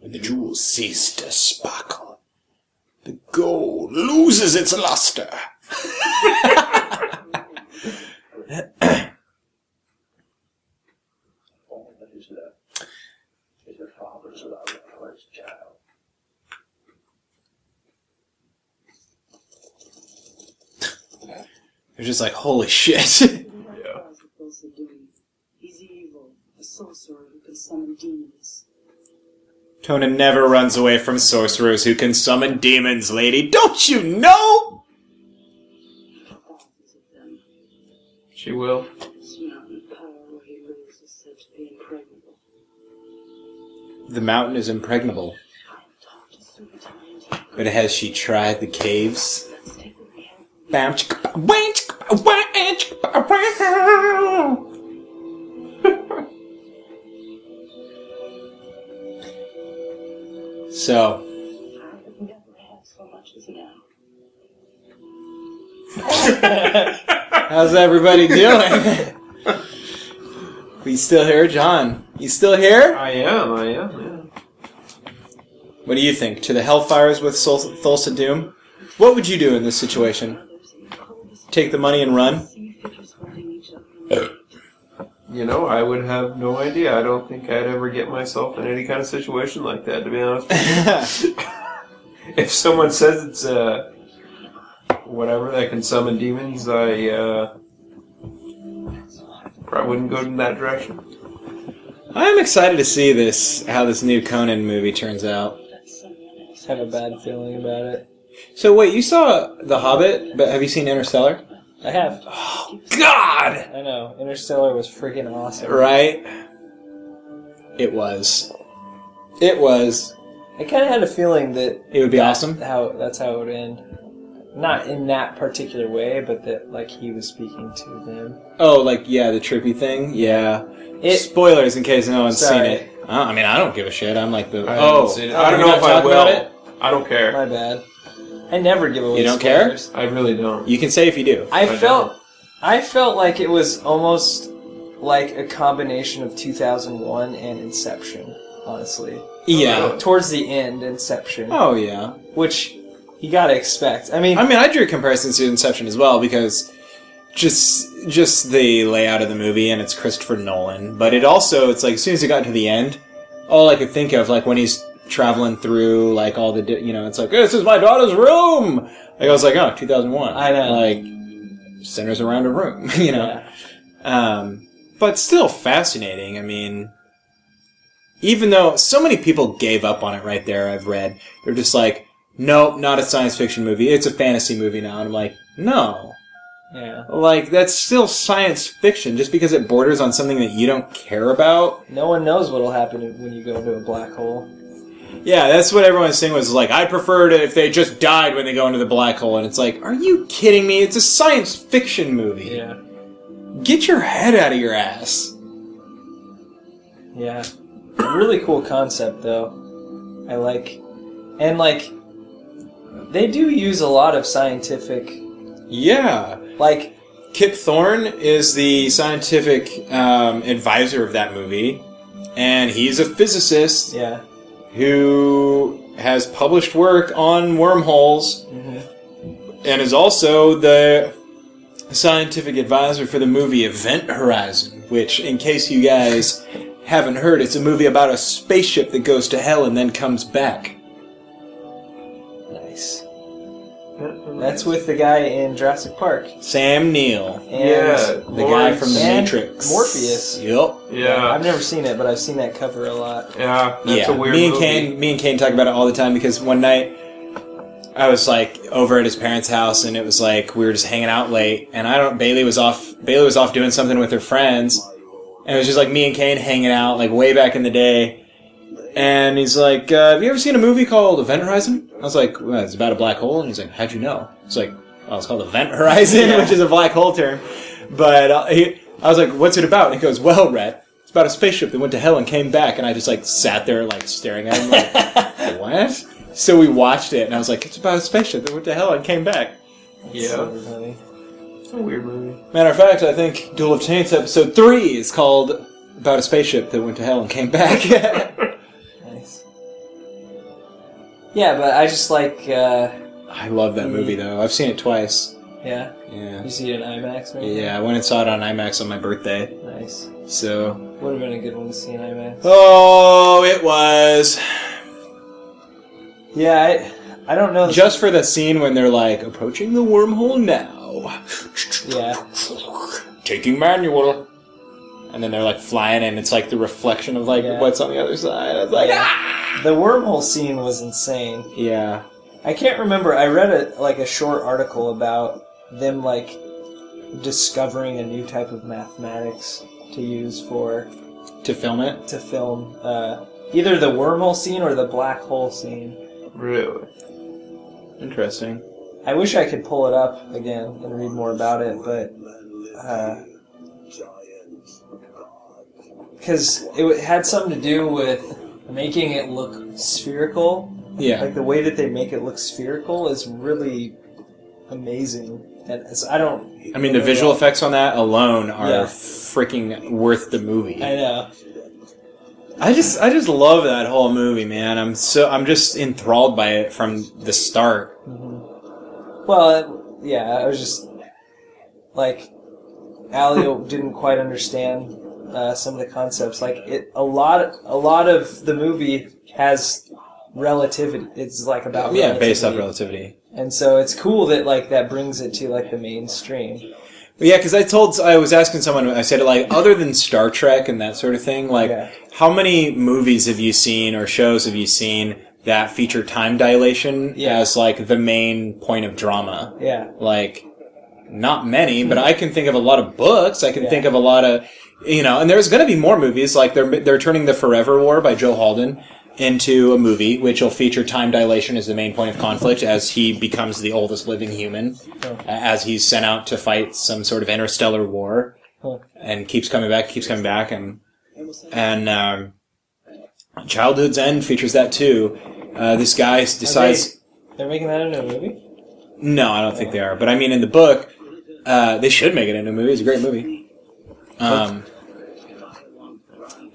Speaker 11: When the jewel ceased to sparkle, the gold loses its luster. All that is left is a father's love for his child.
Speaker 5: They're just like, holy shit.
Speaker 12: Yeah. He's evil, a sorcerer who can summon demons.
Speaker 5: Conan never runs away from sorcerers who can summon demons, lady. Don't you know?
Speaker 12: Thousands of them.
Speaker 3: She will.
Speaker 12: This mountain of power where he rules is said to be impregnable.
Speaker 5: The mountain is impregnable.
Speaker 12: I have talked to so many times.
Speaker 5: But has she tried the caves?
Speaker 12: Let's take a real
Speaker 5: Bam, chicka, ba, wah, chicka, ba, wah, eh, chicka, ba, wah. So,
Speaker 12: I have never had so much as now.
Speaker 5: how's everybody doing? we still here, John? You still here?
Speaker 3: I am. I am.
Speaker 5: What do you think? To the Hellfires with Sol- Thulsa Doom? What would you do in this situation?
Speaker 12: Others in the coldest
Speaker 5: Take the money and run?
Speaker 12: sea figures holding each other.
Speaker 3: Yeah. You know, I would have no idea. I don't think I'd ever get myself in any kind of situation like that. To be honest, with you. if someone says it's uh, whatever that can summon demons, I uh, probably wouldn't go in that direction.
Speaker 5: I'm excited to see this, how this new Conan movie turns out.
Speaker 12: That's someone else.
Speaker 4: Have a bad feeling about it.
Speaker 5: So wait, you saw The Hobbit, but have you seen Interstellar?
Speaker 4: I have.
Speaker 5: God!
Speaker 4: I know. Interstellar was freaking awesome.
Speaker 5: Right? It was. It was.
Speaker 4: I kind of had a feeling that
Speaker 5: It would be awesome.
Speaker 4: how that's how it would end. Not in that particular way, but that like he was speaking to them.
Speaker 5: Oh, like yeah, the trippy thing. Yeah.
Speaker 4: It
Speaker 5: Spoilers in case no one's
Speaker 4: Sorry.
Speaker 5: seen it. Uh, I mean, I don't give a shit. I'm like the.
Speaker 3: I
Speaker 5: oh,
Speaker 3: haven't seen it.
Speaker 5: oh,
Speaker 3: I don't
Speaker 5: you're
Speaker 3: know
Speaker 5: not
Speaker 3: if I
Speaker 5: talking
Speaker 3: will.
Speaker 5: about it?
Speaker 3: I don't care.
Speaker 4: my bad. I never give away.
Speaker 5: You don't care?
Speaker 4: spoilers.
Speaker 3: I really don't.
Speaker 5: You can say if you do.
Speaker 4: I
Speaker 3: I
Speaker 4: felt I felt like it was almost like a combination of 2001 and Inception, honestly.
Speaker 5: Yeah.
Speaker 4: Towards the end, Inception,
Speaker 5: Oh yeah.
Speaker 4: which you gotta expect. I mean,
Speaker 5: I mean, I drew comparisons to Inception as well because just just the layout of the movie and it's Christopher Nolan, but it also it's like as soon as it got to the end, all I could think of like when he's traveling through like all the di- you know it's like this is my daughter's room. Like I was like oh 2001.
Speaker 4: I know.
Speaker 5: like centers around a room, you know.
Speaker 4: yeah.
Speaker 5: Um, but still fascinating. I mean, even though so many people gave up on it right there, I've read, they're just like, nope, not a science fiction movie. It's a fantasy movie now. And I'm like, no.
Speaker 4: yeah,
Speaker 5: Like, that's still science fiction. Just because it borders on something that you don't care about.
Speaker 4: no one knows what'll happen when you go into a black hole.
Speaker 5: Yeah, that's what everyone was saying was like, I preferred it if they just died when they go into the black hole. And it's like, are you kidding me? It's a science fiction movie.
Speaker 4: Yeah,
Speaker 5: Get your head out of your ass.
Speaker 4: yeah, really cool concept though. I like, and like, they do use a lot of scientific,
Speaker 5: Yeah.
Speaker 4: like,
Speaker 5: Kip Thorne is the scientific um, advisor of that movie, and he's a physicist
Speaker 4: yeah,
Speaker 5: who has published work on wormholes
Speaker 4: Mhm.
Speaker 5: and is also the scientific advisor for the movie Event Horizon, which, in case you guys haven't heard, it's a movie about a spaceship that goes to hell and then comes back.
Speaker 4: nice. That's with the guy in Jurassic Park.
Speaker 5: Sam Neill,
Speaker 4: And
Speaker 3: yeah,
Speaker 5: the guy from The
Speaker 4: And
Speaker 5: Matrix.
Speaker 4: Morpheus.
Speaker 5: Yep.
Speaker 3: Yeah,
Speaker 4: I've never seen it, but I've seen that cover a lot.
Speaker 3: yeah. That's
Speaker 5: yeah,
Speaker 3: a weird
Speaker 5: me and
Speaker 3: movie.
Speaker 5: Kane, me and Kane talk about it all the time because one night I was like over at his parents' house and it was like we were just hanging out late and I don't Bailey was off Bailey was off doing something with her friends and it was just like me and Kane hanging out like way back in the day and he's like uh, have you ever seen a movie called Event Horizon? I was like well, it's about a black hole and he's like how'd you know? It's like well, it's called Event Horizon which is a black hole term but uh, he, I was like what's it about? And he goes well Rhett it's about a spaceship that went to hell and came back, and I just like sat there like staring at him like, what? So we watched it, and I was like, "It's about a spaceship that went to hell and came back."
Speaker 3: Yeah.
Speaker 4: Everybody.
Speaker 3: It's a weird movie.
Speaker 5: Matter of fact, I think Duel of Chance episode three is called "About a Spaceship That Went to Hell and Came Back."
Speaker 4: Nice. Yeah, but I just like, uh,
Speaker 5: I love that movie though. I've seen it twice.
Speaker 4: yeah.
Speaker 5: Yeah,
Speaker 4: You see it in IMAX, right?
Speaker 5: yeah. I went and saw it on IMAX on my birthday.
Speaker 4: Nice.
Speaker 5: So,
Speaker 4: Would have been a good one to see in IMAX.
Speaker 5: oh, it was
Speaker 4: Yeah, I, I don't know.
Speaker 5: just for the scene when they're like approaching the wormhole now,
Speaker 4: yeah.
Speaker 5: taking manual, and then they're like flying, and it's like the reflection of like
Speaker 4: Yeah.
Speaker 5: what's on the other side. I was like,
Speaker 4: Yeah.
Speaker 5: "Ah!"
Speaker 4: The wormhole scene was insane.
Speaker 5: yeah.
Speaker 4: I can't remember. I read a like a short article about them like discovering a new type of mathematics to use for
Speaker 5: to film it.
Speaker 4: to film uh, either the wormhole scene or the black hole scene.
Speaker 3: Really?
Speaker 5: Interesting.
Speaker 4: I wish I could pull it up again and read more about it, but uh, because it w- had something to do with making it look spherical
Speaker 5: Yeah.
Speaker 4: Like the way that they make it look spherical is really amazing, and it's, I don't.
Speaker 5: I mean, the visual effects on that alone are
Speaker 4: Yeah.
Speaker 5: freaking worth the movie.
Speaker 4: I know.
Speaker 5: I just, I just love that whole movie, man. I'm so, I'm just enthralled by it from the start.
Speaker 4: Well, it- yeah, I was just like, Alio didn't quite understand uh, some of the concepts. Like it, a lot, a lot of the movie has relativity. It's like about
Speaker 5: Yeah, based off
Speaker 4: relativity.
Speaker 5: relativity.
Speaker 4: and so it's cool that like that brings it to like the mainstream.
Speaker 5: But yeah, because I told, I was asking someone, I said, like, other than Star Trek and that sort of thing, like,
Speaker 4: Yeah.
Speaker 5: how many movies have you seen or shows have you seen that feature time dilation
Speaker 4: Yeah.
Speaker 5: as like the main point of drama?
Speaker 4: Yeah,
Speaker 5: like not many but i can think of a lot of books i can
Speaker 4: Yeah.
Speaker 5: think of a lot of you know and there's going to be more movies like they're they're turning the forever war by joe halden into a movie which will feature time dilation as the main point of conflict as he becomes the oldest living human
Speaker 4: Oh.
Speaker 5: uh, as he's sent out to fight some sort of interstellar war
Speaker 4: Huh.
Speaker 5: and keeps coming back keeps coming back and and um, childhood's end features that too uh, this guy decides
Speaker 4: they're making that into a movie.
Speaker 5: no, I don't think they are. But I mean, in the book, uh, they should make it into a movie. It's a great movie. Um,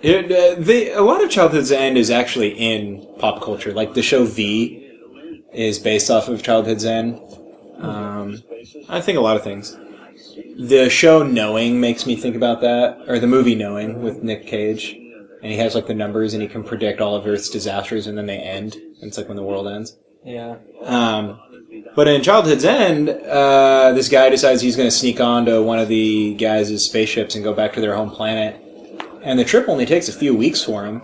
Speaker 5: it, uh, they, a lot of Childhood's End is actually in pop culture. Like the show V is based off of Childhood's End. Um, I think a lot of things. The show Knowing makes me think about that, or the movie Knowing with Nick Cage. And he has like the numbers and he can predict all of Earth's disasters and then they end. And it's like when the world ends.
Speaker 4: Yeah,
Speaker 5: Um, but in Childhood's End, uh, this guy decides he's going to sneak onto one of the guys' spaceships and go back to their home planet. And the trip only takes a few weeks for him,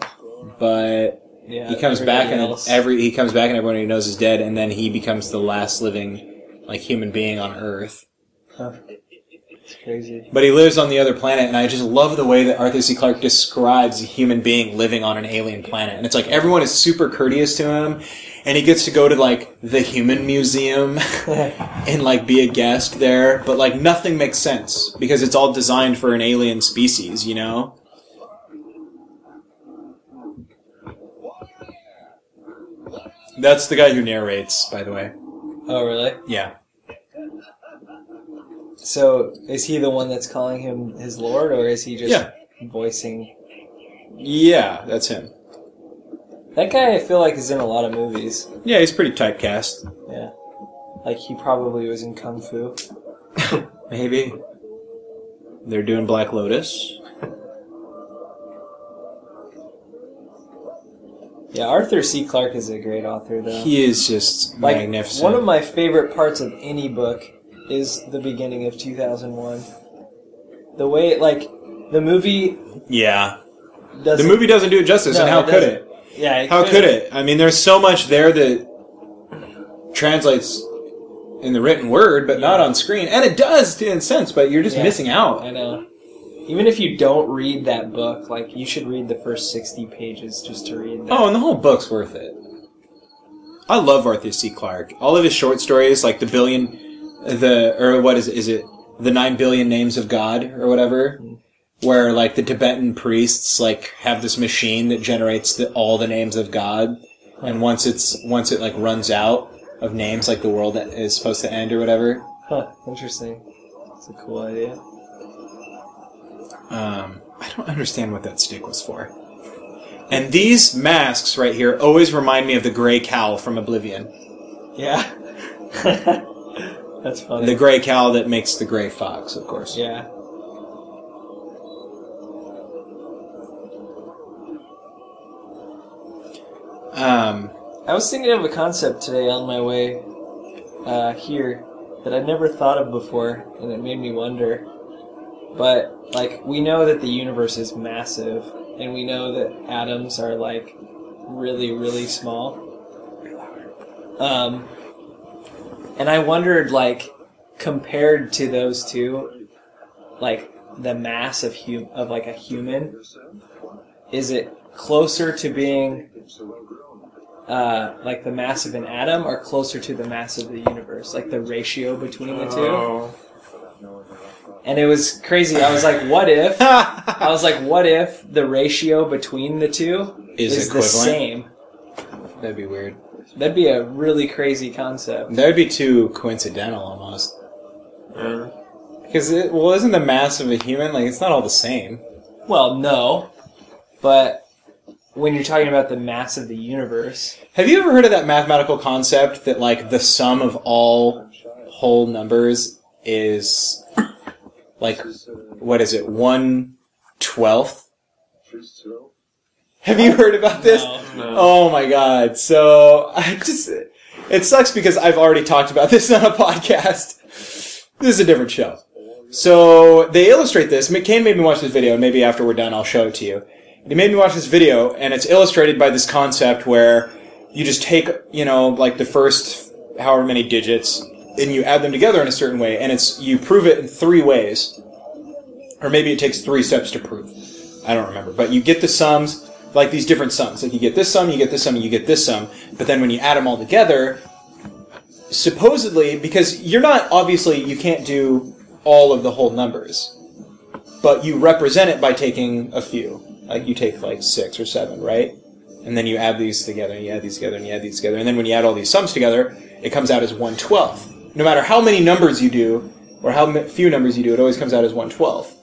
Speaker 5: but
Speaker 4: yeah.
Speaker 5: he comes back and
Speaker 4: everybody else.
Speaker 5: every he comes back and everyone he knows is dead, and then he becomes the last living like human being on Earth.
Speaker 4: It's crazy.
Speaker 5: But he lives on the other planet, and I just love the way that Arthur C. Clarke describes a human being living on an alien planet. And it's like everyone is super courteous to him, and he gets to go to like the human museum and like be a guest there. But like nothing makes sense because it's all designed for an alien species, you know? That's the guy who narrates, by the way.
Speaker 4: Oh, really?
Speaker 5: Yeah.
Speaker 4: So is he the one that's calling him his lord, or is he just
Speaker 5: Yeah.
Speaker 4: voicing?
Speaker 5: Yeah, that's him.
Speaker 4: That guy, I feel like, is in a lot of movies.
Speaker 5: Yeah, he's pretty typecast.
Speaker 4: Yeah, like he probably was in Kung Fu.
Speaker 5: Maybe. They're doing Black Lotus.
Speaker 4: Yeah, Arthur C. Clarke is a great author, though.
Speaker 5: He is just
Speaker 4: like
Speaker 5: magnificent.
Speaker 4: one of my favorite parts of any book is the beginning of 2001. The way, like, the movie
Speaker 5: yeah. The
Speaker 4: doesn't.
Speaker 5: movie doesn't do it justice,
Speaker 4: No,
Speaker 5: and how
Speaker 4: it
Speaker 5: could
Speaker 4: doesn't.
Speaker 5: it?
Speaker 4: Yeah.
Speaker 5: How could it? I mean, there's so much there that translates in the written word, but not on screen. And it does, to an sense, but you're just
Speaker 4: Yeah.
Speaker 5: missing
Speaker 4: I
Speaker 5: out.
Speaker 4: know. Even if you don't read that book, like you should read the first sixty pages just to read that.
Speaker 5: Oh, and the whole book's worth it. I love Arthur C. Clarke. All of his short stories, like the billion, the or what is it? Is it the nine billion names of God or whatever? Where like the Tibetan priests like have this machine that generates the, all the names of God, and once it's once it like runs out of names, like the world is supposed to end or whatever.
Speaker 4: Huh, interesting. It's a cool idea.
Speaker 5: Um, I don't understand what that stick was for. And these masks right here always remind me of the gray cowl from Oblivion,
Speaker 4: Yeah. That's funny.
Speaker 5: the gray cowl that makes the gray fox, of course.
Speaker 4: yeah.
Speaker 5: Um,
Speaker 4: I was thinking of a concept today on my way uh, here that I'd never thought of before, and it made me wonder. But like, we know that the universe is massive, and we know that atoms are like really, really small. Um, and I wondered, like, compared to those two, like the mass of hum- of like a human, is it closer to being uh, like the mass of an atom are closer to the mass of the universe, like the ratio between the two.
Speaker 3: Oh.
Speaker 4: And it was crazy. I was like, what if? I was like, what if the ratio between the two
Speaker 5: Is
Speaker 4: is, the
Speaker 5: equivalent?
Speaker 4: same?
Speaker 5: that'd be weird.
Speaker 4: That'd be a really crazy concept.
Speaker 5: That would be too coincidental almost.
Speaker 3: Uh,
Speaker 5: Because it well, isn't the mass of a human like it's not all the same?
Speaker 4: Well, no, but when you're talking about the mass of the universe,
Speaker 5: Have you ever heard of that mathematical concept that like the sum of all whole numbers is like what is it one twelfth? Have you heard about this?
Speaker 4: no.
Speaker 3: no.
Speaker 5: Oh my god! So I just it sucks because I've already talked about this on a podcast. This is a different show. So they illustrate this. McCain made me watch this video, and maybe after we're done, I'll show it to you. He made me watch this video, and it's illustrated by this concept where you just take, you know, like the first however many digits, and you add them together in a certain way, and it's you prove it in three ways, or maybe it takes three steps to prove. I don't remember, but you get the sums like these different sums. Like you get this sum, you get this sum, you get this sum, but then when you add them all together, supposedly because you're not obviously you can't do all of the whole numbers, but you represent it by taking a few. Like you take like six or seven, right? And then you add these together, and you add these together, and you add these together, and then when you add all these sums together, it comes out as one twelfth. No matter how many numbers you do, or how m- few numbers you do, it always comes out as one twelfth.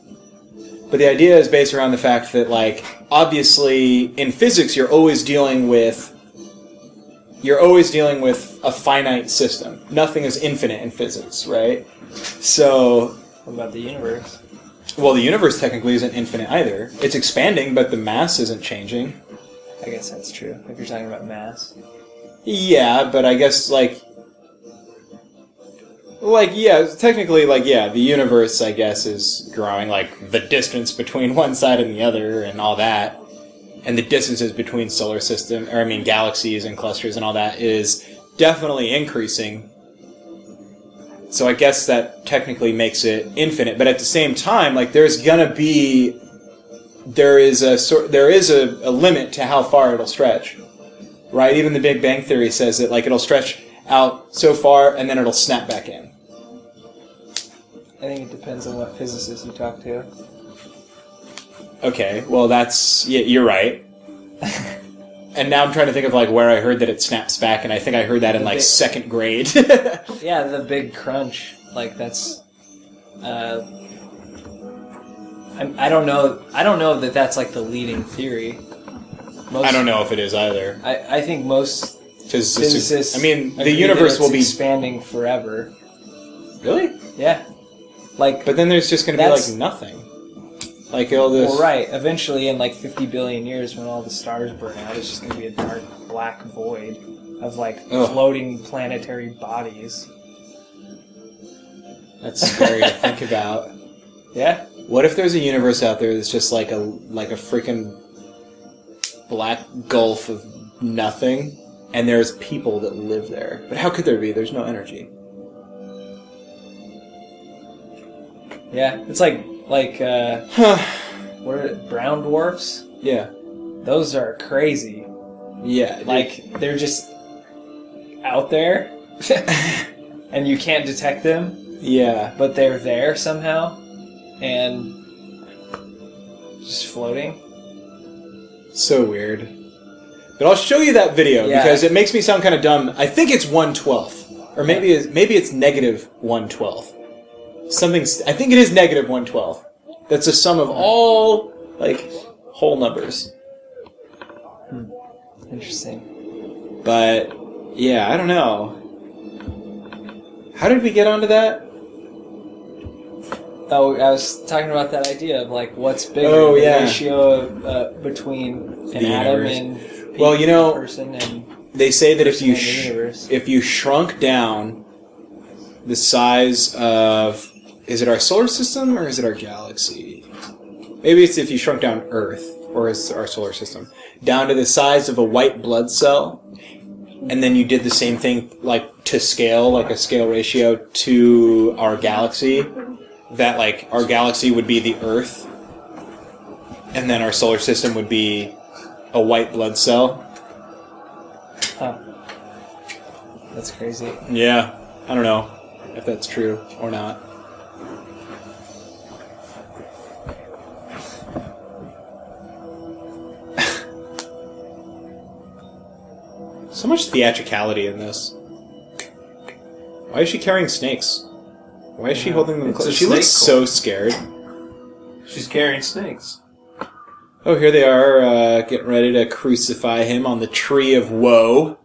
Speaker 5: But the idea is based around the fact that, like, obviously in physics, you're always dealing with you're always dealing with a finite system. Nothing is infinite in physics, right? So,
Speaker 4: What about the universe?
Speaker 5: well, the universe technically isn't infinite either. It's expanding, but the mass isn't changing.
Speaker 4: I guess that's true. If you're talking about mass,
Speaker 5: Yeah, but I guess like, like yeah, technically, like yeah, the universe, I guess, is growing. Like the distance between one side and the other, and all that, and the distances between solar system, or I mean, galaxies and clusters and all that is definitely increasing. So I guess that technically makes it infinite, but at the same time, like there's gonna be, there is a sort, there is a, a limit to how far it'll stretch right? Even the Big Bang Theory says that like it'll stretch out so far and then it'll snap back in.
Speaker 4: I think it depends on what physicist you talk to.
Speaker 5: Okay, well that's yeah, you're right. and now I'm trying to think of like where I heard that it snaps back, and I think I heard that in like
Speaker 4: Big-
Speaker 5: second grade.
Speaker 4: Yeah, the big crunch. Like that's. Uh, I'm, I don't know. I don't know that that's like the leading theory. Most,
Speaker 5: I don't know if it is either
Speaker 4: I, I think most
Speaker 5: because
Speaker 4: physicists.
Speaker 5: I mean the
Speaker 4: agree that
Speaker 5: universe
Speaker 4: it's
Speaker 5: will be
Speaker 4: expanding forever.
Speaker 5: really,
Speaker 4: Yeah, like
Speaker 5: but then there's just going to be
Speaker 4: That's-
Speaker 5: like nothing. Like all this,
Speaker 4: well, right. Eventually, in like 50 billion years, when all the stars burn out, it's just gonna be a dark black void of like
Speaker 5: Ugh.
Speaker 4: floating planetary bodies.
Speaker 5: That's scary to think about.
Speaker 4: Yeah,
Speaker 5: What if there's a universe out there that's just like a like a freaking black gulf of nothing, and there's people that live there? But how could there be? There's no energy.
Speaker 4: yeah. It's like like uh,
Speaker 5: Huh.
Speaker 4: what are it, brown dwarfs?
Speaker 5: Yeah.
Speaker 4: Those are crazy.
Speaker 5: Yeah. dude.
Speaker 4: Like they're just out there, and you can't detect them,
Speaker 5: Yeah.
Speaker 4: but they're there somehow, and just floating.
Speaker 5: So weird. But I'll show you that video
Speaker 4: Yeah.
Speaker 5: because it makes me sound kind of dumb. I think it's one twelfth, or maybe it's, maybe it's negative one twelfth. Something s- I think it is negative one twelfth. That's the sum of all like whole numbers.
Speaker 4: Interesting.
Speaker 5: But yeah, I don't know. How did we get onto that?
Speaker 4: Oh, I was talking about that idea of like what's bigger,
Speaker 5: Oh,
Speaker 4: the
Speaker 5: yeah.
Speaker 4: ratio of, uh, between an
Speaker 5: The
Speaker 4: atom
Speaker 5: universe.
Speaker 4: and
Speaker 5: Well, you know-
Speaker 4: person and
Speaker 5: They say that if you
Speaker 4: Person in the
Speaker 5: sh-
Speaker 4: universe.
Speaker 5: if you shrunk down the size of is it our solar system or is it our galaxy? Maybe it's if you shrunk down Earth or is our solar system down to the size of a white blood cell, and then you did the same thing like to scale, like a scale ratio to our galaxy. That like our galaxy would be the Earth, and then our solar system would be a white blood cell.
Speaker 4: that's crazy.
Speaker 5: Yeah, I don't know if that's true or not. so much theatricality in this. Why is she carrying snakes? Why is she holding them?
Speaker 13: It's
Speaker 5: close?
Speaker 13: a
Speaker 5: She looks
Speaker 13: snake
Speaker 5: so scared.
Speaker 13: She's carrying snakes.
Speaker 5: Oh, here they are, uh, getting ready to crucify him on the tree of woe.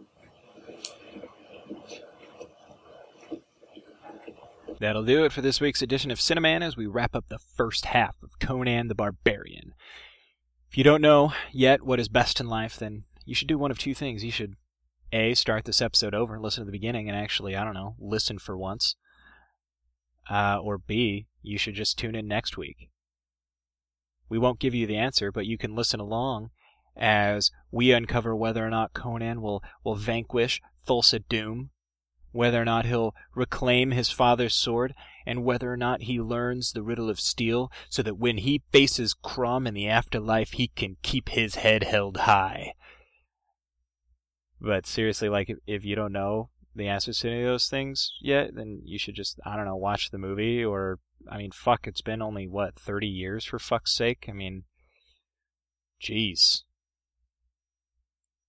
Speaker 2: That'll do it for this week's edition of Cineman as we wrap up the first half of Conan the Barbarian. If you don't know yet what is best in life, then you should do one of two things. You should A, start this episode over and listen to the beginning and actually, I don't know, listen for once. Uh, or B, you should just tune in next week. We won't give you the answer, but you can listen along as we uncover whether or not Conan will, will vanquish Thulsa Doom whether or not he'll reclaim his father's sword, and whether or not he learns the riddle of steel so that when he faces Crom in the afterlife, he can keep his head held high. But seriously, like, if, if you don't know the answers to any of those things yet, then you should just, I don't know, watch the movie or, I mean, fuck, it's been only, what, 30 years for fuck's sake? I mean, jeez.